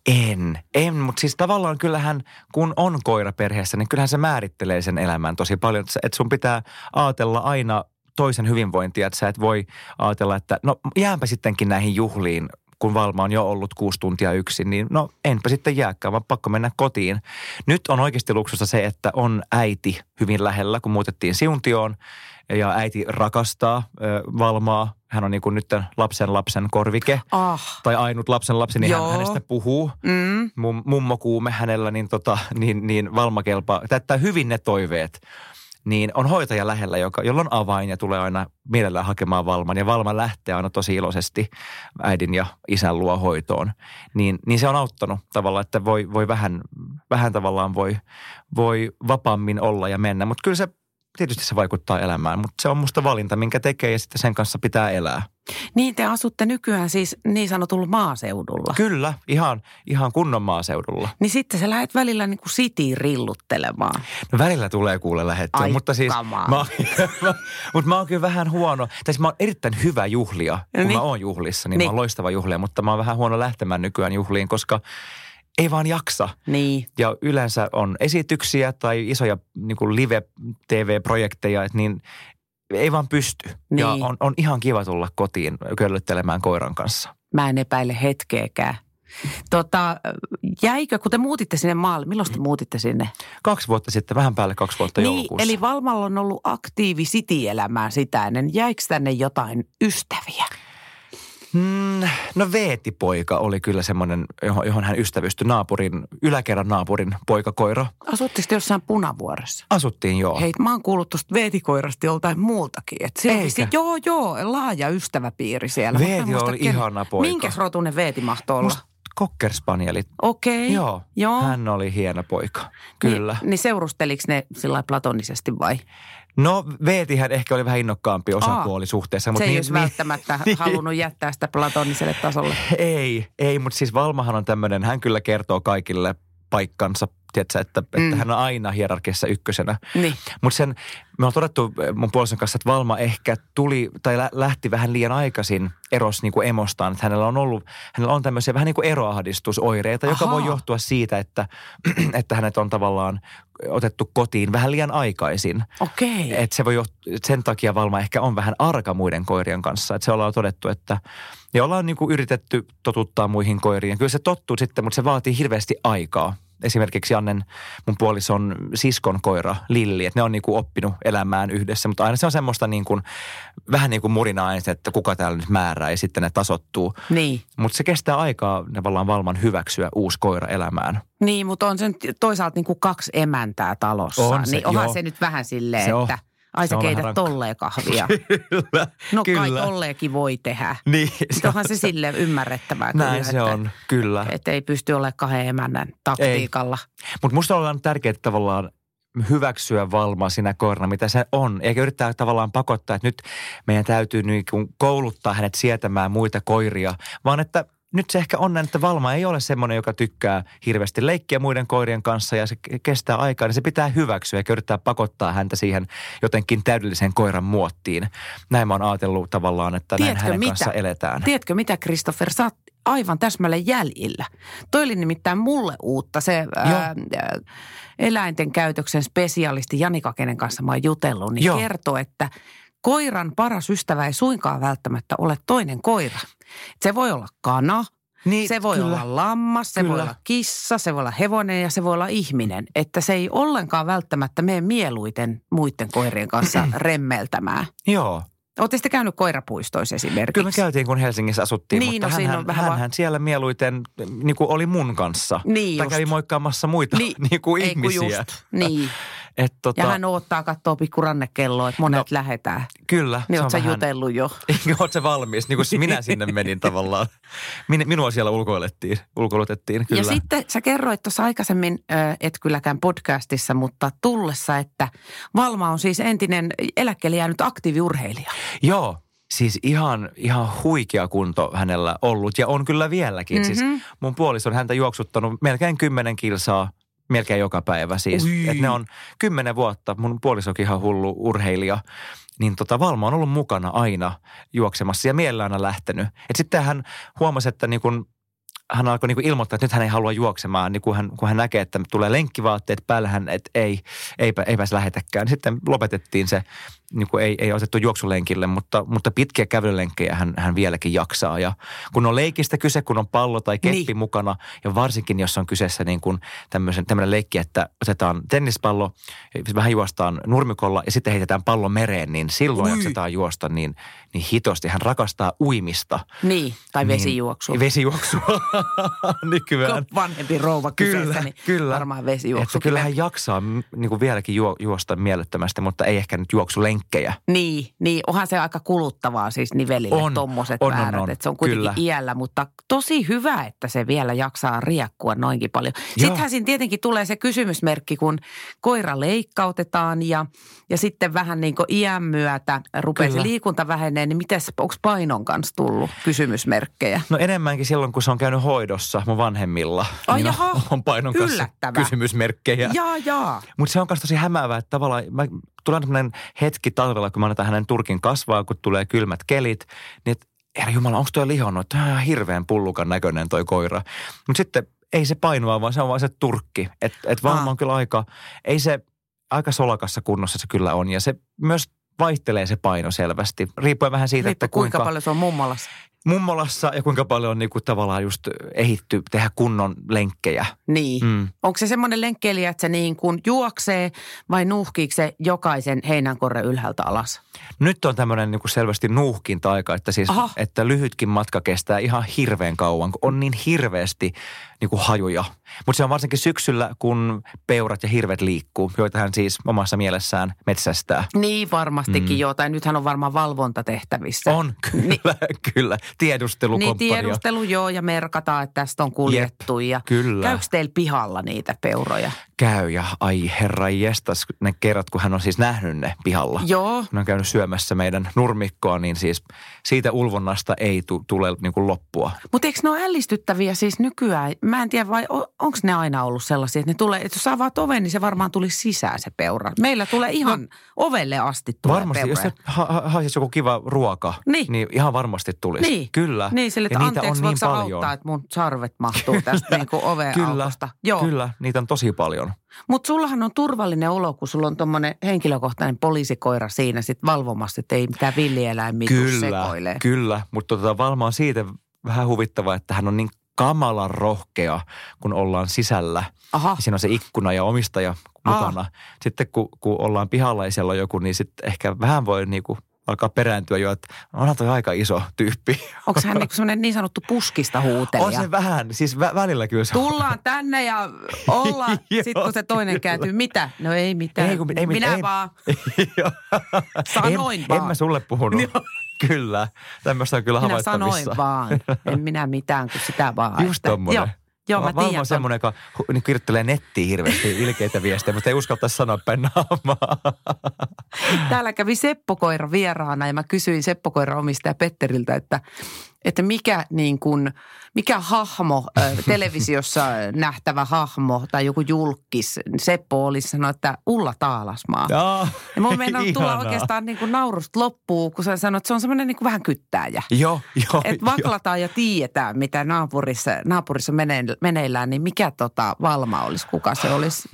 Speaker 3: En, en, mutta siis tavallaan kyllähän, kun on koira perheessä, niin kyllähän se määrittelee sen elämän tosi paljon. Että sä- Että sun pitää ajatella aina toisen hyvinvointia, että sä et voi ajatella, että no jäänpä sittenkin näihin juhliin, kun Valma on jo ollut kuusi tuntia yksin, niin no enpä sitten jääkään, vaan pakko mennä kotiin. Nyt on oikeasti luksusta se, että on äiti hyvin lähellä, kun muutettiin Siuntioon ja äiti rakastaa ö, Valmaa. Hän on niin kuin nyt lapsen lapsen korvike
Speaker 2: Ah,
Speaker 3: tai ainut lapsen lapsi, niin hän,
Speaker 2: Joo.
Speaker 3: hänestä puhuu.
Speaker 2: mm.
Speaker 3: Mum, mummo kuume hänellä, niin, tota, niin, niin valmakelpa täyttää hyvin ne toiveet. Niin on hoitaja lähellä, joka, jolla on avain ja tulee aina mielellään hakemaan Valman. Ja Valma lähtee aina tosi iloisesti äidin ja isän luo hoitoon. Niin, niin se on auttanut tavallaan, että voi, voi vähän, vähän tavallaan voi, voi vapaammin olla ja mennä. Mutta kyllä se tietysti se vaikuttaa elämään, mutta se on musta valinta, minkä tekee ja sitten sen kanssa pitää elää.
Speaker 2: Niin te asutte nykyään siis niin sanotulla maaseudulla.
Speaker 3: Kyllä, ihan, ihan kunnon maaseudulla.
Speaker 2: Niin sitten sä lähdet välillä niin kuin sitiin rilluttelemaan.
Speaker 3: No välillä tulee kuule lähettyä,
Speaker 2: Ai
Speaker 3: mutta siis
Speaker 2: kamaa.
Speaker 3: mä, mä, mutta mä oon kyllä vähän huono. Tai siis mä oon erittäin hyvä juhlia, kun
Speaker 2: Niin.
Speaker 3: mä oon juhlissa, niin, niin
Speaker 2: Niin.
Speaker 3: mä oon loistava juhlija, mutta mä oon vähän huono lähtemään nykyään juhliin, koska ei vaan jaksa.
Speaker 2: Niin.
Speaker 3: Ja yleensä on esityksiä tai isoja niin kuin live-tv-projekteja, että niin ei vaan pysty. Niin. Ja
Speaker 2: Niin.
Speaker 3: on, on ihan kiva tulla kotiin köllöttelemään koiran kanssa.
Speaker 2: Mä en epäile hetkeäkään. Tota, jäikö, kun te muutitte sinne maalle, milloin te muutitte sinne?
Speaker 3: Kaksi vuotta sitten, vähän päälle kaksi vuotta
Speaker 2: Niin,
Speaker 3: joulukuussa.
Speaker 2: eli Valmalla on ollut aktiivi sitielämää sitä ennen. Jäikö tänne jotain ystäviä?
Speaker 3: Mm, no Veeti-poika oli kyllä semmoinen, johon, johon hän ystävystyi naapurin, yläkerran naapurin poikakoira.
Speaker 2: Asutteko te jossain punavuoressa?
Speaker 3: Asuttiin joo.
Speaker 2: Hei, mä oon kuullut tuosta veetikoirasta joltain muultakin. Et se
Speaker 3: Eikä.
Speaker 2: oli sit, joo, joo, laaja ystäväpiiri siellä.
Speaker 3: Veeti
Speaker 2: Mä en muista,
Speaker 3: oli ihana poika.
Speaker 2: Minkä rotunen veeti mahtoi olla?
Speaker 3: Musta kokkerspanielit.
Speaker 2: Okei.
Speaker 3: Joo,
Speaker 2: joo.
Speaker 3: hän oli hieno poika, kyllä.
Speaker 2: Niin, niin seurusteliko ne sillä lailla platonisesti vai?
Speaker 3: No Veetihän ehkä oli vähän innokkaampi osapuoli
Speaker 2: Aa,
Speaker 3: suhteessa.
Speaker 2: se
Speaker 3: mutta
Speaker 2: ei
Speaker 3: niin-
Speaker 2: olisi
Speaker 3: niin-
Speaker 2: välttämättä
Speaker 3: niin.
Speaker 2: halunnut jättää sitä platoniselle tasolle.
Speaker 3: Ei, ei, mutta siis Valmahan on tämmöinen, hän kyllä kertoo kaikille paikkansa, tiedätkö, että, mm. että hän on aina hierarkiassa ykkösenä.
Speaker 2: Niin.
Speaker 3: Mutta sen, me on todettu eh, mun puolison kanssa, että Valma ehkä tuli tai lä- lähti vähän liian aikaisin eros niin kuin emostaan. Että hänellä on ollut, hänellä on tämmöisiä vähän niin kuin eroahdistusoireita, joka
Speaker 2: Ahaa.
Speaker 3: voi johtua siitä, että, että hänet on tavallaan otettu kotiin vähän liian aikaisin.
Speaker 2: Okei.
Speaker 3: Et se voi joht- et sen takia Valma ehkä on vähän arka muiden koirien kanssa. Et se ollaan todettu, että ja ollaan niinku yritetty totuttaa muihin koiriin. Kyllä se tottuu sitten, mutta se vaatii hirveästi aikaa. Esimerkiksi Annen, mun puolison siskon koira Lilli, että ne on niinku oppinut elämään yhdessä. Mutta aina se on semmoista niinku, vähän niin kuin murinaa ensin, että kuka täällä nyt määrää ja sitten ne tasottuu.
Speaker 2: Niin.
Speaker 3: Mutta se kestää aikaa tavallaan Valman hyväksyä uusi koira elämään.
Speaker 2: Niin, mutta on se nyt toisaalta niin kuin kaksi emäntää talossa.
Speaker 3: On se,
Speaker 2: niin onhan
Speaker 3: joo.
Speaker 2: se nyt vähän silleen,
Speaker 3: Se on.
Speaker 2: että ai
Speaker 3: Se
Speaker 2: sä
Speaker 3: on vähän
Speaker 2: keität
Speaker 3: rankka.
Speaker 2: tolleen kahvia.
Speaker 3: Kyllä,
Speaker 2: No kai tolleekin voi tehdä.
Speaker 3: Niin,
Speaker 2: Sitten onhan se silleen ymmärrettävää.
Speaker 3: näin
Speaker 2: kyllä,
Speaker 3: se
Speaker 2: että-
Speaker 3: on, kyllä.
Speaker 2: Että ei pysty olemaan kahden emännän taktiikalla.
Speaker 3: Mutta musta on tärkeää tavallaan hyväksyä valmaa sinä koirana, mitä se on. Eikä yrittää tavallaan pakottaa, että nyt meidän täytyy niinku kouluttaa hänet sietämään muita koiria, vaan että nyt se ehkä on näin, että Valma ei ole semmoinen, joka tykkää hirveästi leikkiä muiden koirien kanssa ja se ke- kestää aikaa, niin se pitää hyväksyä eikä yrittää pakottaa häntä siihen jotenkin täydelliseen koiran muottiin. Näin mä oon ajatellut tavallaan, että näin hänen kanssa eletään.
Speaker 2: Tiedätkö mitä, Christopher? Sä oot aivan täsmälleen jäljillä. Toi oli nimittäin mulle uutta. Se ää, eläinten käytöksen spesialisti Jani Kakenen kanssa mä oon jutellut, niin
Speaker 3: Joo.
Speaker 2: kertoi, että koiran paras ystävä ei suinkaan välttämättä ole toinen koira. Se voi olla kana,
Speaker 3: Niin,
Speaker 2: se voi
Speaker 3: kyllä.
Speaker 2: olla lammas, se voi
Speaker 3: Kyllä.
Speaker 2: olla kissa, se voi olla hevonen ja se voi olla ihminen. Että se ei ollenkaan välttämättä mene mieluiten muiden koirien kanssa remmeltämään.
Speaker 3: Joo.
Speaker 2: Olette sitten käynyt koirapuistoissa esimerkiksi?
Speaker 3: Kyllä me käytiin, kun Helsingissä asuttiin,
Speaker 2: Niin,
Speaker 3: mutta
Speaker 2: no siinä on
Speaker 3: hänhän,
Speaker 2: vähän va-
Speaker 3: hänhän siellä mieluiten niin kuin oli mun kanssa.
Speaker 2: Niin
Speaker 3: tai
Speaker 2: just.
Speaker 3: kävi moikkaamassa muita niin, niin kuin
Speaker 2: ei kun
Speaker 3: ihmisiä.
Speaker 2: Just. Niin.
Speaker 3: Et, tota,
Speaker 2: Ja hän odottaa katsoa pikku rannekelloa, että monet no, lähetään.
Speaker 3: Kyllä.
Speaker 2: Niin
Speaker 3: se on
Speaker 2: oot sä
Speaker 3: vähän-
Speaker 2: jutellut jo.
Speaker 3: Oot sä valmis, niin kuin minä sinne menin tavallaan. Min, minua siellä ulkoilettiin, ulkoilutettiin, kyllä.
Speaker 2: Ja sitten sä kerroit tuossa aikaisemmin, ö, et kylläkään podcastissa, mutta tullessa, että Valma on siis entinen eläkkeelle jäänyt aktiiviurheilija.
Speaker 3: Joo, siis ihan, ihan huikea kunto hänellä ollut ja on kyllä vieläkin. Mm-hmm.
Speaker 2: Mhm.
Speaker 3: Siis mun puoliso on häntä juoksuttanut melkein kymmenen kilsaa melkein joka päivä siis. Et ne on kymmenen vuotta, mun puolisokin ihan hullu urheilija. Niin tota, Valma on ollut mukana aina juoksemassa ja mielellään aina lähtenyt. Et sitten hän huomasi, että niin kun hän alkoi niin ilmoittaa, että nyt hän ei halua juoksemaan, niin kun hän, kun hän näkee, että tulee lenkkivaatteet päällä, hän, että ei, eipä, eipäs lähetäkään. Sitten lopetettiin se, niin kuin ei, ei otettu juoksulenkille, mutta, mutta pitkiä kävelylenkkejä hän, hän vieläkin jaksaa. Ja kun on leikistä kyse, kun on pallo tai keppi
Speaker 2: Niin.
Speaker 3: niin. mukana, ja varsinkin jos on kyseessä niin kuin tämmöisen, tämmöinen leikki, että otetaan tennispallo, vähän juostaan nurmikolla ja sitten heitetään pallo mereen, niin silloin jaksetaan juosta niin, niin hitosti. Hän rakastaa uimista.
Speaker 2: Niin, tai vesijuoksu.
Speaker 3: Niin, vesijuoksua
Speaker 2: Kun
Speaker 3: nykyään.
Speaker 2: on vanhempi rouva
Speaker 3: Kyllä,
Speaker 2: kyseessä, niin
Speaker 3: kyllä.
Speaker 2: varmaan
Speaker 3: Että
Speaker 2: vesijuoksu.
Speaker 3: kyllä hän jaksaa niin kuin vieläkin juo, juosta mielettömästi, mutta ei ehkä nyt juoksulenkkejä.
Speaker 2: Niin, niin, onhan se aika kuluttavaa siis nivelille
Speaker 3: On,
Speaker 2: tommoset
Speaker 3: on, on,
Speaker 2: väärät,
Speaker 3: on,
Speaker 2: että se on kuitenkin
Speaker 3: kyllä.
Speaker 2: iällä, mutta tosi hyvä, että se vielä jaksaa riekkua noinkin paljon.
Speaker 3: Joo.
Speaker 2: Sittenhän siinä tietenkin tulee se kysymysmerkki, kun koira leikkautetaan ja, ja sitten vähän niin kuin iän myötä rupeaa se
Speaker 3: Kyllä.
Speaker 2: liikunta vähenee, niin mitäs, onko painon kanssa tullut kysymysmerkkejä?
Speaker 3: No enemmänkin silloin, kun se on käynyt hoidossa mun vanhemmilla.
Speaker 2: Ai
Speaker 3: niin on-
Speaker 2: jaha,
Speaker 3: on painon kanssa
Speaker 2: yllättävää.
Speaker 3: kysymysmerkkejä.
Speaker 2: Jaa, jaa.
Speaker 3: Mutta se on myös tosi hämäävää, että tavallaan mä, tulee sellainen hetki talvella, kun mä annetaan hänen turkin kasvaa, kun tulee kylmät kelit, niin että herra jumala, onko toi lihonnut? Tämä on ihan hirveän pullukan näköinen toi koira. Mutta sitten ei se painoa, vaan se on vaan se turkki. Että et
Speaker 2: Aa.
Speaker 3: varmaan on kyllä aika, ei se, aika solakassa kunnossa se kyllä on. Ja se myös vaihtelee se paino selvästi, riippuen vähän siitä,
Speaker 2: Riippuu
Speaker 3: että kuinka,
Speaker 2: kuinka paljon se on mummolassa.
Speaker 3: mummolassa ja kuinka paljon on niinku tavallaan just ehitty tehdä kunnon lenkkejä.
Speaker 2: Niin. Mm. Onko se semmoinen lenkkeilijä, että se niin kuin juoksee vai nuuhkiiko se jokaisen heinänkorren ylhäältä alas?
Speaker 3: Nyt on tämmöinen niinku selvästi nuuhkinta aika, että, siis,
Speaker 2: Aha.
Speaker 3: että lyhytkin matka kestää ihan hirveän kauan, kun on niin hirveästi niinku hajuja. Mutta se on varsinkin syksyllä, kun peurat ja hirvet liikkuu, joita hän siis omassa mielessään metsästää.
Speaker 2: Niin varmastikin mm. joo, tai nythän on varmaan valvontatehtävissä.
Speaker 3: On, kyllä, niin, kyllä.
Speaker 2: Niin
Speaker 3: Tiedustelukomppania.
Speaker 2: tiedustelu joo ja merkataan, että tästä on kuljettu.
Speaker 3: Jep,
Speaker 2: ja
Speaker 3: kyllä.
Speaker 2: Käykö teillä pihalla niitä peuroja?
Speaker 3: Käy ja ai herra jestas, ne kerrat, kun hän on siis nähnyt ne pihalla.
Speaker 2: Joo.
Speaker 3: Ne on käynyt syömässä meidän nurmikkoa, niin siis siitä ulvonnasta ei tu- tule niin kuin loppua.
Speaker 2: Mutta eikö ne ole ällistyttäviä siis nykyään? Mä en tiedä, vai onko ne aina ollut sellaisia, että ne tulee, että jos avaat oven, niin se varmaan tuli sisään se peura. Meillä tulee ihan no, ovelle asti tulee
Speaker 3: varmasti,
Speaker 2: peuroja.
Speaker 3: jos se ha- ha- haisisi joku kiva ruoka,
Speaker 2: Niin.
Speaker 3: niin ihan varmasti tulisi.
Speaker 2: Niin.
Speaker 3: Kyllä.
Speaker 2: Niin, sille, että
Speaker 3: ja niitä
Speaker 2: anteeksi,
Speaker 3: on niin
Speaker 2: voitko sä
Speaker 3: paljon.
Speaker 2: auttaa, että mun sarvet mahtuu tästä niin kuin oveen
Speaker 3: Kyllä,
Speaker 2: aukosta. Joo,
Speaker 3: kyllä, niitä on tosi paljon.
Speaker 2: mutta sullahan on turvallinen olo, kun sulla on tuommoinen henkilökohtainen poliisikoira siinä sit valvomassa, että ei mitään villieläimiä tuu
Speaker 3: Kyllä,
Speaker 2: sekoilee.
Speaker 3: kyllä. Mutta tota, Valma on siitä vähän huvittava, että hän on niin kamalan rohkea, kun ollaan sisällä.
Speaker 2: Aha,
Speaker 3: Ja Siinä on se ikkuna ja omistaja mukana.
Speaker 2: Ah.
Speaker 3: Sitten kun, kun ollaan pihalla ja siellä on joku, niin sitten ehkä vähän voi niinku alkaa perääntyä jo, että onhan toi aika iso tyyppi.
Speaker 2: onko hän niinku semmoinen niin sanottu puskista huutelija?
Speaker 3: On se vähän, siis vä- välillä kyllä se on.
Speaker 2: Tullaan tänne ja ollaan,
Speaker 3: Joo,
Speaker 2: sitten kun se toinen kääntyy, mitä? No ei mitään,
Speaker 3: Ei kun mit- ei mit-
Speaker 2: minä
Speaker 3: ei-
Speaker 2: vaan.
Speaker 3: Joo.
Speaker 2: Sanoin
Speaker 3: en,
Speaker 2: vaan.
Speaker 3: En mä sulle puhunut. kyllä, tämmöistä on kyllä
Speaker 2: Minä
Speaker 3: havaittavissa.
Speaker 2: sanoin vaan. En minä mitään, kun sitä vaan.
Speaker 3: Just
Speaker 2: että-
Speaker 3: tommonen.
Speaker 2: Joo, joo mä
Speaker 3: Va- Valma
Speaker 2: tiedän.
Speaker 3: on
Speaker 2: ton.
Speaker 3: semmoinen, joka hu- niin kirjoittelee nettiin hirveästi ilkeitä viestejä, mutta ei uskalta sanoa päin naamaa.
Speaker 2: Täällä kävi Seppokoira vieraana ja mä kysyin Seppokoira omistaja Petteriltä, että, että mikä, niin kuin, mikä hahmo, ö, televisiossa nähtävä hahmo tai joku julkis, Seppo olisi sanonut, että Ulla Taalasmaa. Ja.
Speaker 3: Jaa,
Speaker 2: Ja mun meinaa tulla
Speaker 3: ihanaa.
Speaker 2: oikeastaan niin kuin naurusta loppuun, kun sä sanoit, että se on semmoinen niin kuin vähän kyttääjä.
Speaker 3: Joo, joo.
Speaker 2: Että
Speaker 3: joo.
Speaker 2: vaklataan ja tiedetään, mitä naapurissa, naapurissa mene- meneillään, niin mikä tota Valma olisi, kuka se olisi?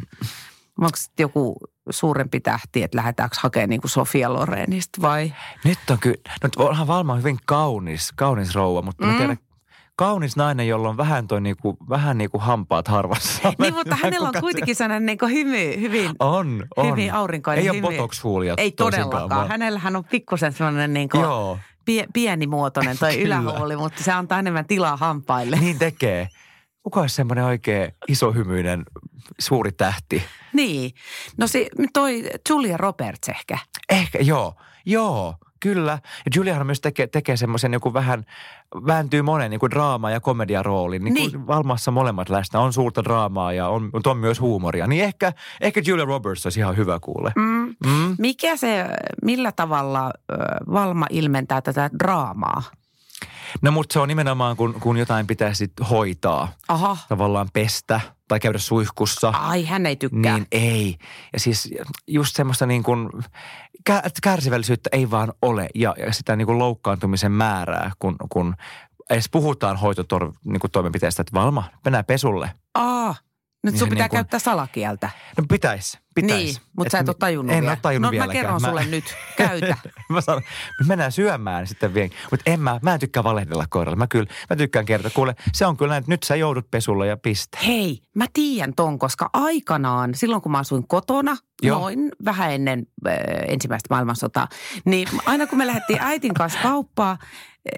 Speaker 2: Onko sitten joku suurempi tähti, että lähdetäänkö hakemaan niin kuin Sofia Lorenista vai?
Speaker 3: Nyt on kyllä, nyt onhan Valma hyvin kaunis, kaunis rouva, mutta mm. mä tiedän, kaunis nainen, jolla on vähän toi niinku, vähän niinku hampaat harvassa.
Speaker 2: Niin, mutta hänellä on kuitenkin sellainen niin kuin hymy, hyvin,
Speaker 3: On, on.
Speaker 2: hyvin aurinkoinen
Speaker 3: Ei
Speaker 2: hymy.
Speaker 3: ole botox-huulia
Speaker 2: Ei
Speaker 3: toisinkaan,
Speaker 2: todellakaan.
Speaker 3: vaan-
Speaker 2: Hänellähän on pikkusen sellainen niin kuin
Speaker 3: Joo.
Speaker 2: pie, pienimuotoinen toi
Speaker 3: Kyllä.
Speaker 2: ylähuuli, mutta se antaa enemmän tilaa hampaille.
Speaker 3: Niin tekee. Kuka olisi semmoinen oikein isohymyinen suuri tähti?
Speaker 2: Niin. No se, toi Julia Roberts ehkä.
Speaker 3: Ehkä, joo. Joo, kyllä. Ja Juliahan myös tekee, tekee semmoisen joku vähän, vääntyy monen niin kuin draama- ja komediaroolin. Niin, niin.
Speaker 2: Niin.
Speaker 3: Kuin Valmassa molemmat läsnä on suurta draamaa ja on, mutta on myös huumoria. Niin ehkä, ehkä Julia Roberts olisi ihan hyvä kuule.
Speaker 2: Mm.
Speaker 3: Mm.
Speaker 2: Mikä se, millä tavalla ö, Valma ilmentää tätä draamaa?
Speaker 3: No mutta se on nimenomaan, kun, kun jotain pitää sitten hoitaa.
Speaker 2: Aha,
Speaker 3: Tavallaan pestä tai käydä suihkussa.
Speaker 2: ai hän ei tykkää.
Speaker 3: Niin
Speaker 2: Niin.
Speaker 3: ei. Ja siis just semmoista niin kuin, kä- kärsivällisyyttä ei vaan ole ja, ja sitä niin kuin loukkaantumisen määrää, kun, kun edes puhutaan hoitotoimenpiteestä, että Valma, mennään pesulle.
Speaker 2: Aa, nyt
Speaker 3: Niin
Speaker 2: sun
Speaker 3: se
Speaker 2: pitää
Speaker 3: niin kuin-
Speaker 2: käyttää salakieltä.
Speaker 3: No pitäisi, pitäisi.
Speaker 2: Niin, mutta sä et
Speaker 3: Että
Speaker 2: ole tajunnut
Speaker 3: En
Speaker 2: vielä.
Speaker 3: ole tajunnut
Speaker 2: no,
Speaker 3: vieläkään.
Speaker 2: mä kerron sulle nyt. Käytä.
Speaker 3: mä sanon, mennään syömään sitten vielä. Mutta en mä, mä en tykkää valehdella koiralle. Mä kyllä, mä tykkään kertoa. Kuule, se on kyllä näin, että nyt sä joudut pesulle ja piste.
Speaker 2: Hei, mä tiedän ton, koska aikanaan, silloin kun mä asuin kotona,
Speaker 3: Joo.
Speaker 2: noin vähän ennen ö, ensimmäistä maailmansotaa, niin aina kun me lähdettiin äitin kanssa kauppaa,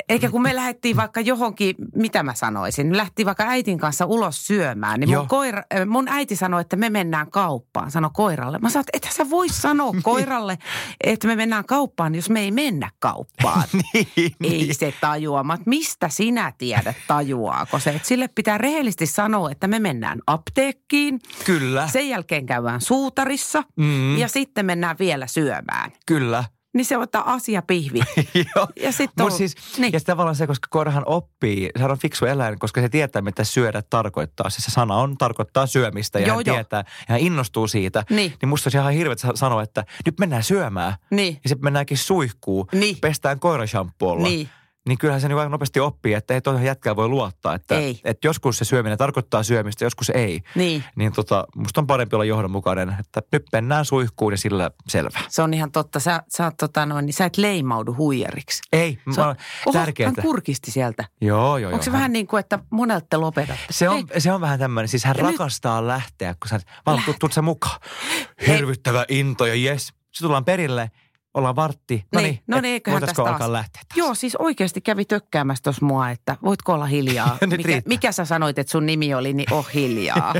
Speaker 2: eikä kun me lähdettiin vaikka johonkin, mitä mä sanoisin, me lähdettiin vaikka äitin kanssa ulos syömään, niin
Speaker 3: Joo.
Speaker 2: mun, koira, ö, mun äiti sanoi, että me mennään kauppaan, sano koiralle. Mä sanoin, että et sä voi sanoa koiralle, että me mennään kauppaan, jos me ei mennä kauppaan.
Speaker 3: Niin,
Speaker 2: Ei se tajua, mutta mistä sinä tiedät tajuaako se? Et sille pitää rehellisesti sanoa, että me mennään apteekkiin,
Speaker 3: Kyllä,
Speaker 2: sen jälkeen käydään suutarissa
Speaker 3: Mm.
Speaker 2: mm. ja sitten mennään vielä syömään.
Speaker 3: kyllä.
Speaker 2: Niin se ottaa asia pihvi.
Speaker 3: Joo.
Speaker 2: Ja sitten
Speaker 3: Mut
Speaker 2: on...
Speaker 3: siis, niin.
Speaker 2: niin.
Speaker 3: Ja sit tavallaan se, koska koirahan oppii, sehän on fiksu eläin, koska se tietää, mitä syödä tarkoittaa. Siis se sana on, tarkoittaa syömistä ja
Speaker 2: Joo,
Speaker 3: hän
Speaker 2: joo.
Speaker 3: tietää ja hän innostuu siitä.
Speaker 2: Niin.
Speaker 3: niin musta se ihan hirveet sanoa, että nyt mennään syömään.
Speaker 2: Niin.
Speaker 3: Ja sitten mennäänkin suihkuun,
Speaker 2: Niin.
Speaker 3: pestään koirashampoolla.
Speaker 2: Niin.
Speaker 3: niin kyllähän se niin aika nopeasti oppii, että ei tuohon jätkään voi luottaa. Että,
Speaker 2: Ei.
Speaker 3: että joskus se syöminen tarkoittaa syömistä, joskus ei.
Speaker 2: Niin.
Speaker 3: Niin tota, musta on parempi olla johdonmukainen, että nyt mennään suihkuun ja sillä selvä.
Speaker 2: Se on ihan totta. Sä, sä, oot, tota, noin, niin sä et leimaudu huijariksi.
Speaker 3: Ei,
Speaker 2: Se
Speaker 3: mä
Speaker 2: on,
Speaker 3: on,
Speaker 2: Oho,
Speaker 3: tärkeää.
Speaker 2: hän kurkisti sieltä.
Speaker 3: Joo, joo,
Speaker 2: Onko se
Speaker 3: joo.
Speaker 2: vähän niin kuin, että monelta te lopetatte?
Speaker 3: Se on,
Speaker 2: Hei,
Speaker 3: se on vähän tämmöinen, siis hän
Speaker 2: Ja nyt-
Speaker 3: rakastaa lähteä, kun sä, vaan tuut, tuut sä mukaan. Hirvittävä into ja jes. Sitten tullaan perille, ollaan vartti. No
Speaker 2: Niin,
Speaker 3: niin,
Speaker 2: no
Speaker 3: et
Speaker 2: niin, eiköhän tästä
Speaker 3: voitaisko alkaa
Speaker 2: taas.
Speaker 3: lähteä taas.
Speaker 2: Joo, siis oikeasti kävi tökkäämässä tuossa mua, että voitko olla hiljaa.
Speaker 3: Nyt
Speaker 2: mikä,
Speaker 3: riittää.
Speaker 2: mikä sä sanoit, että sun nimi oli, niin oh hiljaa.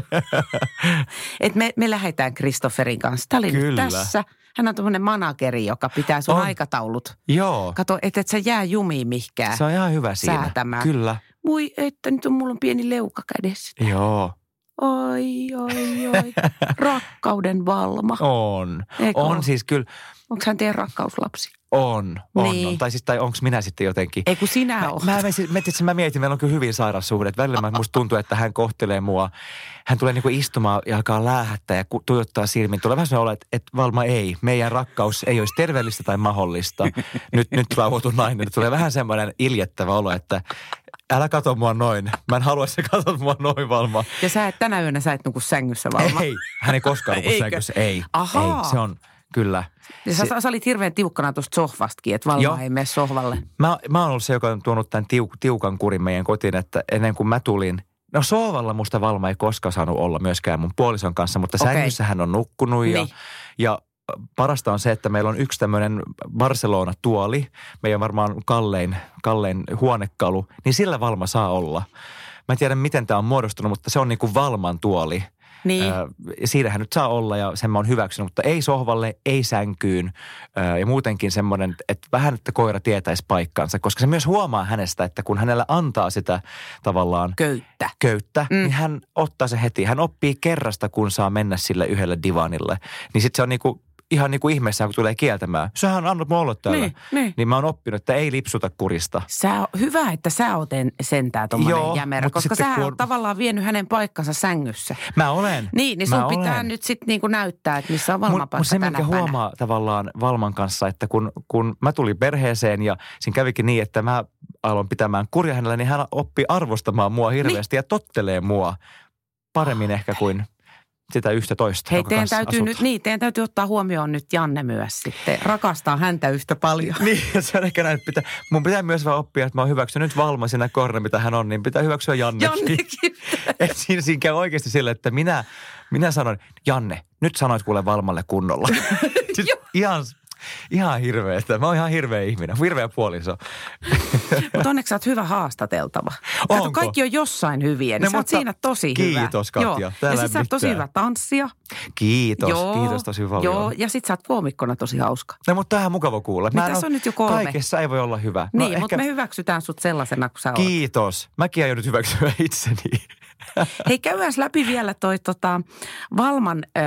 Speaker 2: Et me, me lähdetään Kristofferin kanssa. Tämä oli nyt
Speaker 3: Kyllä.
Speaker 2: tässä. Hän on tuommoinen manageri, joka pitää sun
Speaker 3: On.
Speaker 2: aikataulut.
Speaker 3: Joo,
Speaker 2: Kato, et, et sä jää jumiin mihkään.
Speaker 3: se on ihan hyvä siinä.
Speaker 2: säätämään.
Speaker 3: Kyllä,
Speaker 2: Voi, että nyt on, mulla on pieni leuka kädessä.
Speaker 3: joo.
Speaker 2: Oi, oi, oi. Rakkauden valma.
Speaker 3: On.
Speaker 2: Eikö ole?
Speaker 3: On siis kyllä,
Speaker 2: Onko hän teidän rakkauslapsi?
Speaker 3: on. on,
Speaker 2: Niin.
Speaker 3: on. Tai siis, tai onko minä sitten jotenkin.
Speaker 2: Ei kun sinä oot.
Speaker 3: Mä, mä, siis, mä, tiiätkö, mä mietin, meillä on kyllä hyvin sairas suhde. että Välillä mä, musta tuntuu, että hän kohtelee mua. Hän tulee niinku istumaan ja alkaa läähättää ja ku- tuijottaa silmiin. Tulee vähän sellainen olo, että, että Valma ei. Meidän rakkaus ei olisi terveellistä tai mahdollista. Nyt, nyt rauhoitu nainen. Tulee vähän semmoinen iljettävä olo, että älä kato mua noin. Mä en halua, että sä katot mua noin, Valma.
Speaker 2: Ja sä et tänä yönä sä et nuku sängyssä valma.
Speaker 3: Ei, hän ei koskaan ollut
Speaker 2: Eikö?
Speaker 3: sängyssä. Ei,
Speaker 2: Ahaa.
Speaker 3: ei, se on kyllä.
Speaker 2: Ja sä, sä olit hirveän tiukkana tuosta sohvastakin, että valma
Speaker 3: Joo.
Speaker 2: ei mene sohvalle.
Speaker 3: Mä, mä oon ollut se, joka on tuonut tämän tiuk, tiukan kurin meidän kotiin, että ennen kuin mä tulin, no soovalla musta Valma ei koskaan saanut olla myöskään mun puolison kanssa, mutta
Speaker 2: Okei.
Speaker 3: okay. sängyssä hän on nukkunut ja,
Speaker 2: Niin.
Speaker 3: niin. ja parasta on se, että meillä on yksi tämmöinen Barcelona-tuoli, meidän varmaan kallein, kallein huonekalu, niin sillä Valma saa olla. Mä en tiedä, miten tämä on muodostunut, mutta se on niin kuin Valman tuoli.
Speaker 2: Niin.
Speaker 3: Ö, siinähän nyt saa olla ja sen mä oon hyväksynyt, mutta ei sohvalle, ei sänkyyn ö, ja muutenkin semmoinen, että vähän, että koira tietäisi paikkansa, koska se myös huomaa hänestä, että kun hänellä antaa sitä tavallaan
Speaker 2: Köyttä.
Speaker 3: köyttä,
Speaker 2: Mm.
Speaker 3: mm. niin hän ottaa se heti. Hän oppii kerrasta, kun saa mennä sille yhdelle divanille. Niin sitten se on niinku, ihan niinku ihmeessään, kun tulee kieltämään. Sähän annat mua olla täällä.
Speaker 2: Niin, niin.
Speaker 3: niin mä oon oppinut, että ei lipsuta kurista.
Speaker 2: Sä, o- hyvä, että sä oot en- sentään tommonen
Speaker 3: Joo,
Speaker 2: jämerä,
Speaker 3: mutta
Speaker 2: koska
Speaker 3: sitten
Speaker 2: sä
Speaker 3: kun
Speaker 2: oot
Speaker 3: on-
Speaker 2: tavallaan vienyt hänen paikkansa sängyssä.
Speaker 3: Mä olen.
Speaker 2: Niin, niin
Speaker 3: Mä
Speaker 2: sun pitää
Speaker 3: olen.
Speaker 2: nyt sitten niinku näyttää, että missä on
Speaker 3: Mut-
Speaker 2: valma
Speaker 3: mut
Speaker 2: paikka
Speaker 3: se,
Speaker 2: tänä
Speaker 3: minkä
Speaker 2: päivänä.
Speaker 3: huomaa tavallaan Valman kanssa, että kun, kun mä tulin perheeseen ja siinä kävikin niin, että mä aloin pitämään kurja hänellä, niin hän oppi arvostamaan mua hirveästi niin. ja tottelee mua paremmin ehkä kuin sitä yhtä toista.
Speaker 2: Ah, Hei,
Speaker 3: jonka
Speaker 2: teidän
Speaker 3: kanssa
Speaker 2: täytyy,
Speaker 3: asut.
Speaker 2: nyt, niin, teidän täytyy ottaa huomioon nyt Janne myös sitten. Rakastaa häntä yhtä paljon.
Speaker 3: Niin, se on ehkä näin, että pitää, mun pitää myös vaan oppia, että mä oon hyväksynyt Valma siinä korna, mitä hän on, niin pitää hyväksyä Jannekin.
Speaker 2: Jannekin.
Speaker 3: Et siinä, siinä käy oikeasti sille, että minä, minä sanon, Janne, nyt sanoit kuule Valmalle kunnolla. siis ihan, ihan hirveestä. Mä oon ihan hirveä ihminen, hirveä puoliso.
Speaker 2: Mutta onneksi sä oot hyvä haastateltava. Kato,
Speaker 3: Onko?
Speaker 2: kaikki on jossain hyviä, niin
Speaker 3: No,
Speaker 2: sä oot
Speaker 3: mutta-
Speaker 2: siinä tosi hyvä.
Speaker 3: Kiitos, Katja.
Speaker 2: Joo. Ja
Speaker 3: Täällä
Speaker 2: sit
Speaker 3: ei
Speaker 2: sä oot tosi
Speaker 3: mitään.
Speaker 2: hyvä tanssia.
Speaker 3: Kiitos, kiitos tosi paljon.
Speaker 2: Joo, ja sit sä oot koomikkona tosi hauska.
Speaker 3: No mutta tämähän on mukava kuulla. Mä en
Speaker 2: Mitäs
Speaker 3: oo-
Speaker 2: on nyt jo kolme?
Speaker 3: Kaikessa ei voi olla hyvä.
Speaker 2: Niin,
Speaker 3: No
Speaker 2: mutta me hyväksytään sut sellaisena kuin sä oot.
Speaker 3: Kiitos. Mäkin aion nyt hyväksyä itseni.
Speaker 2: Hei, käydään läpi vielä toi tota, Valman äh,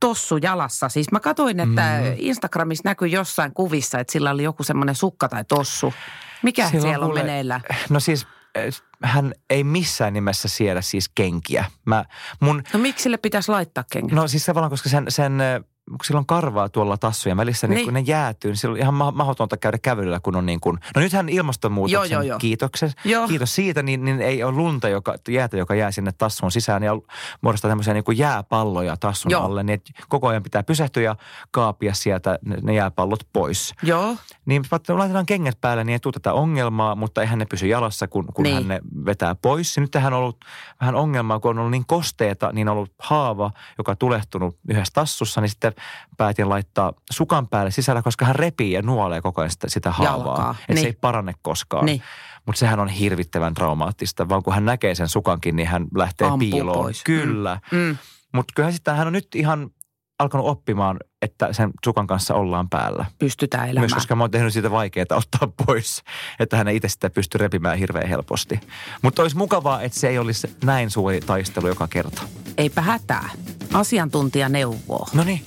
Speaker 2: tossu jalassa. Siis mä katsoin, että mm. Instagramissa näkyy jossain kuvissa, että sillä oli joku semmoinen sukka tai tossu. Mikä
Speaker 3: Sillä
Speaker 2: siellä,
Speaker 3: on
Speaker 2: siellä on
Speaker 3: kuule-
Speaker 2: meneillään?
Speaker 3: No siis eh, hän ei missään nimessä siedä siis kenkiä. Mä, mun,
Speaker 2: No miksi sille pitäisi laittaa kengät?
Speaker 3: no siis tavallaan, koska sen, sen eh, kun sillä on karvaa tuolla tassujen välissä, niin,
Speaker 2: Niin.
Speaker 3: niin. kun ne jäätyy, niin silloin on ihan ma- mahdotonta käydä kävelyllä, kun on niin kuin... No nythän ilmastonmuutoksen
Speaker 2: Joo, joo, joo.
Speaker 3: kiitoksen,
Speaker 2: Joo.
Speaker 3: kiitos siitä, niin, niin ei ole lunta, joka, jäätä, joka jää sinne tassuun sisään ja muodostaa tämmöisiä niin kuin jääpalloja tassun
Speaker 2: Joo.
Speaker 3: alle, niin et koko ajan pitää pysähtyä ja kaapia sieltä ne, ne jääpallot pois.
Speaker 2: Joo.
Speaker 3: Niin mä ajattelin, laitetaan kengät päälle, niin ei tule tätä ongelmaa, mutta eihän ne pysy jalassa, kun, kun
Speaker 2: Niin.
Speaker 3: hän ne vetää pois. Ja nyt tähän on ollut vähän ongelmaa, kun on ollut niin kosteeta, niin on ollut haava, joka on tulehtunut yhdessä tassussa, niin sitten päätin laittaa sukan päälle sisällä, koska hän repii ja nuolee koko ajan sitä, sitä
Speaker 2: Jalkaa,
Speaker 3: haavaa. Että
Speaker 2: niin.
Speaker 3: se ei parane koskaan.
Speaker 2: Niin.
Speaker 3: Mutta sehän on hirvittävän traumaattista, vaan kun hän näkee sen sukankin, niin hän lähtee
Speaker 2: Ampuu
Speaker 3: piiloon.
Speaker 2: pois.
Speaker 3: Kyllä.
Speaker 2: Mm.
Speaker 3: Mutta kyllähän sitten hän on nyt ihan alkanut oppimaan, että sen sukan kanssa ollaan päällä.
Speaker 2: Pystytään elämään.
Speaker 3: Myös koska mä oon tehnyt siitä vaikeaa ottaa pois, että hän ei itse sitä pysty repimään hirveän helposti. Mutta olisi mukavaa, että se ei olisi näin suuri taistelu joka kerta.
Speaker 2: Eipä hätää. Asiantuntija neuvoo.
Speaker 3: No niin.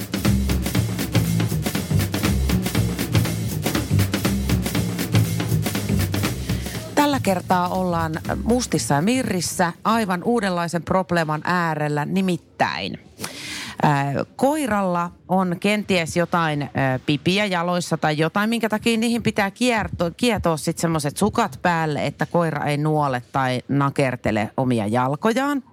Speaker 2: Tällä kertaa ollaan Mustissa ja Mirrissä aivan uudenlaisen probleeman äärellä nimittäin. Ää, Koiralla on kenties jotain ää, pipiä jaloissa tai jotain, minkä takia niihin pitää kierto, kietoa sitten semmoiset sukat päälle, että koira ei nuole tai nakertele omia jalkojaan.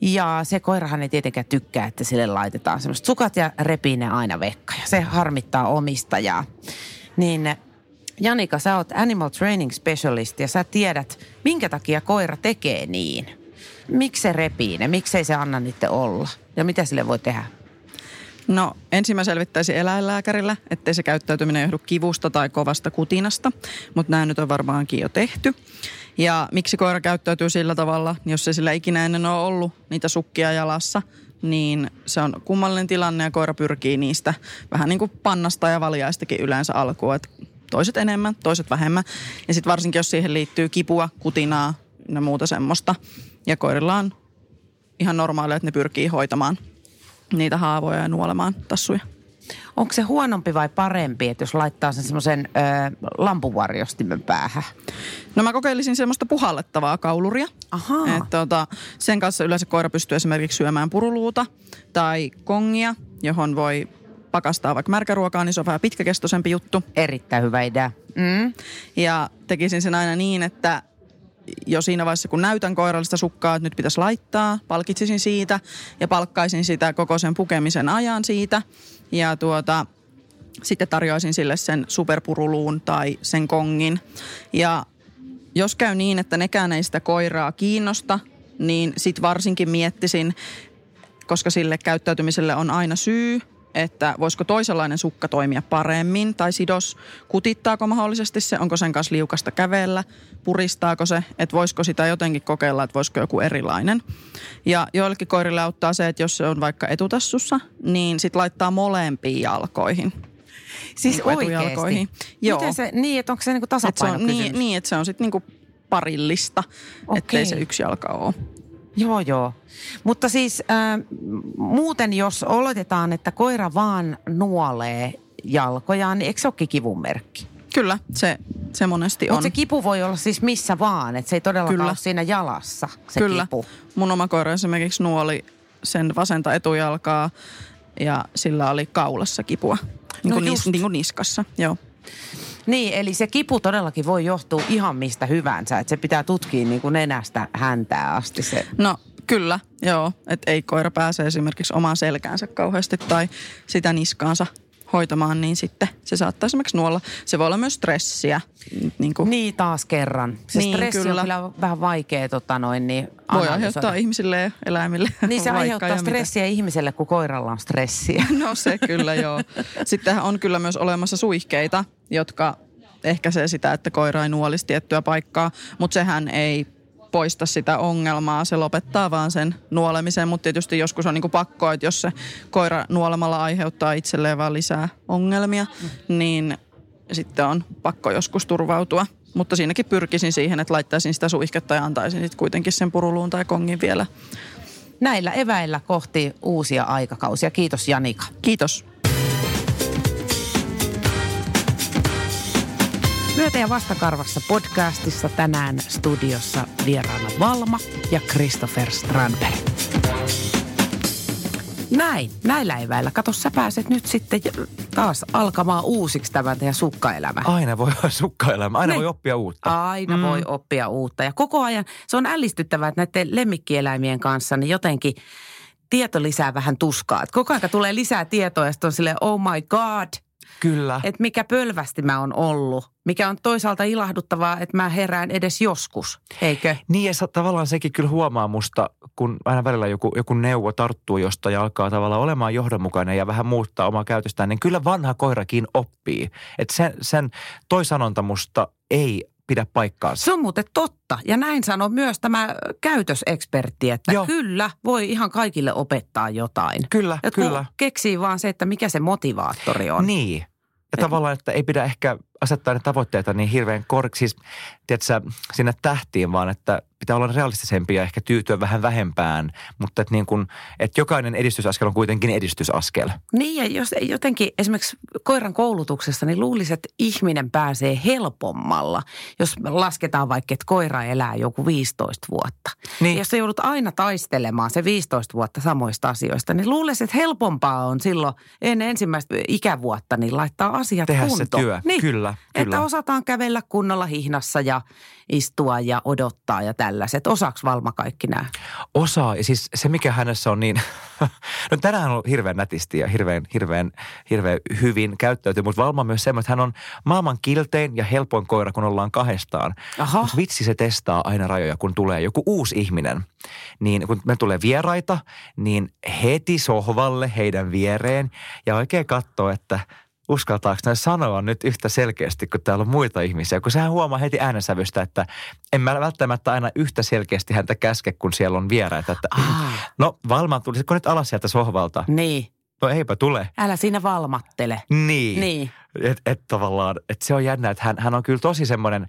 Speaker 2: Ja se koirahan ei tietenkään tykkää, että sille laitetaan semmoiset sukat ja repii ne aina vekka. Ja se harmittaa omistajaa. Niin Janika, sä oot animal training specialist ja sä tiedät, minkä takia koira tekee niin. Miksi se repii ne? Miksei se anna niiden olla? Ja mitä sille voi tehdä?
Speaker 4: No ensin mä selvittäisin eläinlääkärillä, ettei se käyttäytyminen johdu kivusta tai kovasta kutinasta, mutta nämä nyt on varmaankin jo tehty. Ja miksi koira käyttäytyy sillä tavalla, niin jos ei sillä ikinä ennen ole ollut niitä sukkia jalassa, niin se on kummallinen tilanne ja koira pyrkii niistä vähän niin kuin pannasta ja valjaistakin yleensä alkuun. Et toiset enemmän, toiset vähemmän. Ja sitten varsinkin, jos siihen liittyy kipua, kutinaa ja muuta semmoista. Ja koirilla on ihan normaalia, että ne pyrkii hoitamaan niitä haavoja ja nuolemaan tassuja.
Speaker 2: Onko se huonompi vai parempi, että jos laittaa sen semmoisen lampuvarjostimen päähän?
Speaker 4: No mä kokeilisin semmoista puhallettavaa kauluria.
Speaker 2: Ahaa.
Speaker 4: Et, tota, sen kanssa yleensä koira pystyy esimerkiksi syömään puruluuta tai kongia, johon voi pakastaa vaikka märkäruokaa, niin se on vähän pitkäkestoisempi juttu.
Speaker 2: Erittäin hyvä idea.
Speaker 4: Mm. Ja tekisin sen aina niin, että jo siinä vaiheessa, kun näytän koirallista sukkaa, että nyt pitäisi laittaa, palkitsisin siitä ja palkkaisin sitä koko sen pukemisen ajan siitä. Ja tuota, sitten tarjoaisin sille sen superpuruluun tai sen kongin. Ja jos käy niin, että nekään ei sitä koiraa kiinnosta, niin sit varsinkin miettisin, koska sille käyttäytymiselle on aina syy, että voisiko toisenlainen sukka toimia paremmin tai sidos, kutittaako mahdollisesti se, onko sen kanssa liukasta kävellä, puristaako se, että voisiko sitä jotenkin kokeilla, että voisiko joku erilainen. Ja joillekin koirille auttaa se, että jos se on vaikka etutassussa, niin sit laittaa molempiin jalkoihin.
Speaker 2: Siis
Speaker 4: Niinku etujalkoihin. Joo.
Speaker 2: Miten se, niin, että onko se niinku
Speaker 4: Et se on,
Speaker 2: tasapainokysymys?
Speaker 4: niin, niin, että se on sitten niinku parillista, okay. ettei
Speaker 2: Okei.
Speaker 4: se yksi jalka ole.
Speaker 2: Joo, joo. Mutta siis äh, muuten jos oletetaan, että koira vaan nuolee jalkojaan, niin eikö se olekin kivun merkki?
Speaker 4: Kyllä, se, se monesti on.
Speaker 2: Mutta se kipu voi olla siis missä vaan, että se ei todellakaan
Speaker 4: Kyllä.
Speaker 2: ole siinä jalassa se
Speaker 4: Kyllä.
Speaker 2: kipu.
Speaker 4: Mun oma koira esimerkiksi nuoli sen vasenta etujalkaa ja sillä oli kaulassa kipua. Niin
Speaker 2: No
Speaker 4: kuin,
Speaker 2: just.
Speaker 4: nis, niin kuin niskassa, joo.
Speaker 2: Niin, eli se kipu todellakin voi johtua ihan mistä hyvänsä, että se pitää tutkia niin kuin nenästä häntää asti se.
Speaker 4: No kyllä, joo. Että ei koira pääse esimerkiksi omaan selkäänsä kauheasti tai sitä niskaansa hoitamaan, niin sitten se saattaa esimerkiksi nuolla. Se voi olla myös stressiä, niin kuin
Speaker 2: Niin taas kerran. Se
Speaker 4: Niin,
Speaker 2: stressi
Speaker 4: kyllä.
Speaker 2: on kyllä vähän vaikea tota noin, niin
Speaker 4: voi
Speaker 2: analysoida.
Speaker 4: aiheuttaa ihmisille ja eläimille.
Speaker 2: Niin se
Speaker 4: vaikka ja
Speaker 2: aiheuttaa
Speaker 4: mitä.
Speaker 2: stressiä ihmiselle, kun koiralla on stressiä.
Speaker 4: No se kyllä joo. Sittenhän on kyllä myös olemassa suihkeita, jotka ehkäisee sitä, että koira ei nuolisi tiettyä paikkaa, mutta sehän ei poista sitä ongelmaa, se lopettaa vaan sen nuolemisen, mutta tietysti joskus on niinku pakko, että jos se koira nuolemalla aiheuttaa itselleen vaan lisää ongelmia, niin sitten on pakko joskus turvautua. Mutta siinäkin pyrkisin siihen, että laittaisin sitä suihketta ja antaisin sitten kuitenkin sen puruluun tai kongin vielä.
Speaker 2: Näillä eväillä kohti uusia aikakausia. Kiitos Janika.
Speaker 4: Kiitos.
Speaker 2: Myötä- ja vastakarvassa podcastissa tänään studiossa vieraana Valma ja Christopher Strandberg. Näin, näillä eväillä. Kato, sä pääset nyt sitten taas alkamaan uusiksi tämän teidän sukkaelämä.
Speaker 3: Aina voi olla sukkaelämä, aina
Speaker 2: Äh. Niin.
Speaker 3: voi oppia uutta.
Speaker 2: Aina mm. voi oppia uutta. Ja koko ajan se on ällistyttävää, että näiden lemmikkieläimien kanssa niin jotenkin tieto lisää vähän tuskaa. Et koko ajan tulee lisää tietoa ja sitten on silleen, oh my god,
Speaker 3: Kyllä.
Speaker 2: että mikä pölvästi mä oon ollut. Mikä on toisaalta ilahduttavaa, että mä herään edes joskus, eikö?
Speaker 3: Niin ja sa- tavallaan sekin kyllä huomaa musta, kun aina välillä joku, joku neuvo tarttuu jostain ja alkaa tavallaan olemaan johdonmukainen ja vähän muuttaa omaa käytöstään, niin kyllä vanha koirakin oppii. Että sen, sen toi sanonta musta ei pidä paikkaansa.
Speaker 2: Se on muuten totta. Ja näin sanoo myös tämä ö, käytösekspertti, että
Speaker 3: Joo.
Speaker 2: Joo. kyllä voi ihan kaikille opettaa jotain.
Speaker 3: Kyllä,
Speaker 2: Jotkut
Speaker 3: kyllä.
Speaker 2: keksii vaan se, että mikä se motivaattori on.
Speaker 3: Niin. Ja tavallaan, että ei pidä ehkä asettaa ne tavoitteita niin hirveän korkeiksi, siis tiedätkö, sinne tähtiin, vaan että pitää olla realistisempi ja ehkä tyytyä vähän vähempään. Mutta että niin kuin, että jokainen edistysaskel on kuitenkin edistysaskel.
Speaker 2: Niin ja jos ei jotenkin esimerkiksi koiran koulutuksessa, niin luulisi, että ihminen pääsee helpommalla, jos me lasketaan vaikka, että koira elää joku 15 vuotta.
Speaker 3: Niin.
Speaker 2: Niin. Jos sä joudut aina taistelemaan se 15 vuotta samoista asioista, niin luulisi, että helpompaa on silloin ennen ensimmäistä ikävuotta niin laittaa asiat
Speaker 3: Tehdä se
Speaker 2: kuntoon.
Speaker 3: työ.
Speaker 2: Niin.
Speaker 3: Kyllä, kyllä.
Speaker 2: Että osataan kävellä kunnolla hihnassa ja istua ja odottaa ja tällaiset. Osaaks Valma kaikki nämä?
Speaker 3: Osaa, ja siis se mikä hänessä on niin, no tänään on ollut hirveän nätisti ja hirveän, hirveän, hirveän hyvin käyttäytyy, mutta Valma on myös semmoinen, että hän on maailman kiltein ja helpoin koira, kun ollaan kahdestaan.
Speaker 2: Aha.
Speaker 3: Mut vitsi se testaa aina rajoja, kun tulee joku uusi ihminen. Niin kun me tulee vieraita, niin heti sohvalle heidän viereen ja oikein katsoo, että uskaltaako ne sanoa nyt yhtä selkeästi, kun täällä on muita ihmisiä. Kun sehän huomaa heti äänensävystä, että en mä välttämättä aina yhtä selkeästi häntä käske, kun siellä on vieraita. Että,
Speaker 2: Aa.
Speaker 3: no Valma, tulisitko nyt alas sieltä sohvalta?
Speaker 2: Niin.
Speaker 3: No eipä tule.
Speaker 2: Älä siinä valmattele.
Speaker 3: Niin.
Speaker 2: Niin.
Speaker 3: Et, et tavallaan, et se on jännä, että hän, hän on kyllä tosi semmoinen,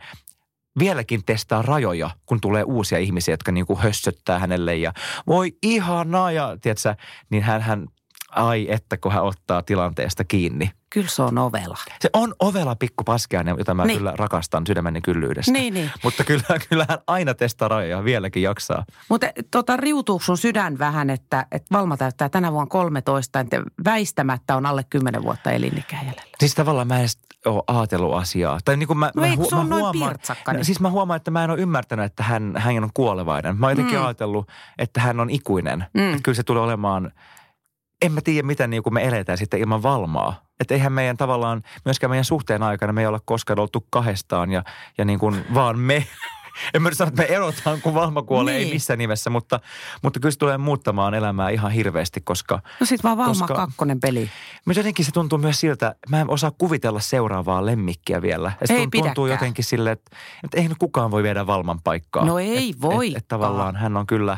Speaker 3: vieläkin testaa rajoja, kun tulee uusia ihmisiä, jotka niinku hössöttää hänelle ja voi ihanaa ja tiedätkö, niin hän, hän ai että kun hän ottaa tilanteesta kiinni.
Speaker 2: Kyllä se on ovela.
Speaker 3: Se on ovela pikku paskiainen, jota mä niin.
Speaker 2: Niin.
Speaker 3: kyllä rakastan sydämeni kyllyydestä.
Speaker 2: Niin, niin.
Speaker 3: Mutta kyllä, kyllä hän aina testaa rajoja, vieläkin jaksaa.
Speaker 2: Mutta tota, riutuuko sun sydän vähän, että, että Valma täyttää tänä vuonna 13, että väistämättä on alle 10 vuotta elinikää jäljellä?
Speaker 3: Siis tavallaan mä en edes ole ajatellut asiaa. Tai niin kuin mä,
Speaker 2: No
Speaker 3: mä,
Speaker 2: ei, kun se on
Speaker 3: mä
Speaker 2: noin
Speaker 3: huomaan,
Speaker 2: pirtsakka, niin.
Speaker 3: Siis mä huomaan, että mä en ole ymmärtänyt, että hän, hän on kuolevainen. Mä oon jotenkin mm. ajatellut, että hän on ikuinen. Mm.
Speaker 2: Mm.
Speaker 3: Että kyllä se tulee olemaan, en mä tiedä miten niin kuin me eletään sitten ilman valmaa. Että eihän meidän tavallaan, myöskään meidän suhteen aikana me ei olla koskaan oltu kahdestaan ja, ja niin kuin vaan me. En mä nyt sano, että me erotaan, kun valma kuolee, niin. ei
Speaker 2: Niin.
Speaker 3: missään nimessä, mutta, mutta kyllä se tulee muuttamaan elämää ihan hirveästi, koska –
Speaker 2: No sit vaan Valma
Speaker 3: Koska-
Speaker 2: Koska... kakkonen peli.
Speaker 3: mutta jotenkin se tuntuu myös siltä, mä en osaa kuvitella seuraavaa lemmikkiä vielä. Ja se
Speaker 2: Ei
Speaker 3: tun- tuntuu
Speaker 2: pidäkään.
Speaker 3: jotenkin silleen, että, että eihän kukaan voi viedä Valman paikkaa.
Speaker 2: No ei
Speaker 3: Että
Speaker 2: voikaan.
Speaker 3: et tavallaan hän on kyllä,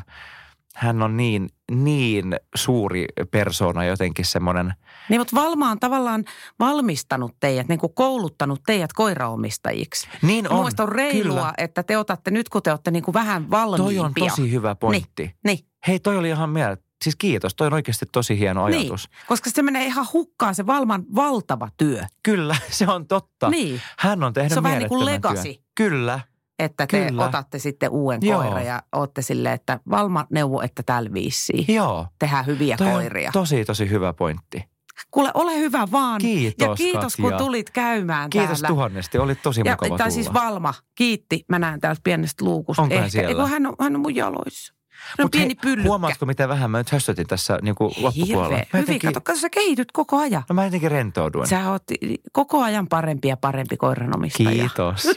Speaker 3: hän on niin, niin suuri persoona jotenkin semmoinen.
Speaker 2: Niin, mutta Valma on tavallaan valmistanut teidät, niin kuin kouluttanut teidät koiraomistajiksi.
Speaker 3: Niin on,
Speaker 2: Mielestäni on reilua,
Speaker 3: kyllä.
Speaker 2: että te otatte nyt, kun te olette niin kuin vähän
Speaker 3: Toi
Speaker 2: valmiimpia.
Speaker 3: on tosi hyvä pointti. Niin.
Speaker 2: Niin,
Speaker 3: Hei, toi oli ihan mieltä. Siis kiitos, toi on oikeasti tosi hieno ajatus. Niin.
Speaker 2: niin, koska se menee ihan hukkaan se Valman valtava työ.
Speaker 3: Kyllä, se on totta.
Speaker 2: Niin.
Speaker 3: Hän on tehnyt
Speaker 2: Se on vähän niin kuin
Speaker 3: mielettömän työn.
Speaker 2: legacy.
Speaker 3: Kyllä.
Speaker 2: että te
Speaker 3: Kyllä.
Speaker 2: Kyllä. otatte sitten uuden
Speaker 3: Joo.
Speaker 2: Joo. koiran ja olette silleen, että Valma neuvo, että tällä viisiin.
Speaker 3: Joo.
Speaker 2: Tehdään hyviä
Speaker 3: Toi on
Speaker 2: koiria.
Speaker 3: tosi, tosi hyvä pointti.
Speaker 2: Kuule, ole hyvä vaan.
Speaker 3: Kiitos,
Speaker 2: ja kiitos, kun
Speaker 3: Katja.
Speaker 2: tulit käymään
Speaker 3: Kiitos
Speaker 2: täällä.
Speaker 3: tuhannesti, oli tosi
Speaker 2: ja,
Speaker 3: mukava tulla.
Speaker 2: tai siis Valma, kiitti. Mä näen täältä pienestä luukusta.
Speaker 3: Onko hän
Speaker 2: Ehkä.
Speaker 3: siellä?
Speaker 2: Ei, kun Hän on, hän on mun jaloissa. Hän on
Speaker 3: Mut
Speaker 2: no pieni
Speaker 3: hei,
Speaker 2: pyllykkä.
Speaker 3: Huomaatko, miten vähän mä nyt höstötin tässä niin kuin loppupuolella?
Speaker 2: Hirveä.
Speaker 3: Mä
Speaker 2: Hyvin, kato, kato, sä kehityt koko ajan.
Speaker 3: no mä jotenkin rentouduin.
Speaker 2: Sä oot koko ajan parempi ja parempi koiranomistaja.
Speaker 3: Kiitos.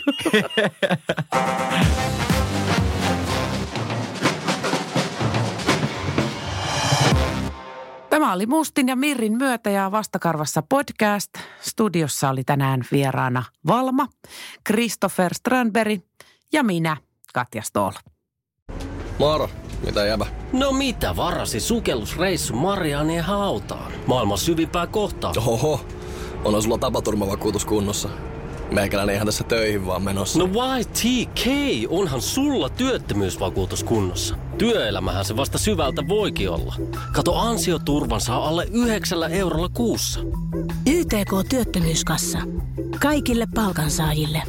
Speaker 2: Tämä oli Mustin ja Mirrin myötä ja vastakarvassa podcast. Studiossa oli tänään vieraana Valma, Christopher Strandberg ja minä, Katja Stoll.
Speaker 5: Maaro, mitä jäbä?
Speaker 6: No mitä varasi sukellusreissu Marianien hautaan? Maailman syvimpää kohtaa.
Speaker 5: Oho, onhan sulla tapaturmavakuutus kunnossa. Meikäläinen ihan tässä töihin vaan menossa.
Speaker 6: No YTK, onhan sulla työttömyysvakuutus kunnossa. Työelämähän se vasta syvältä voikin olla. Kato ansioturvan saa alle 9 eurolla kuussa.
Speaker 7: YTK Työttömyyskassa. Kaikille palkansaajille.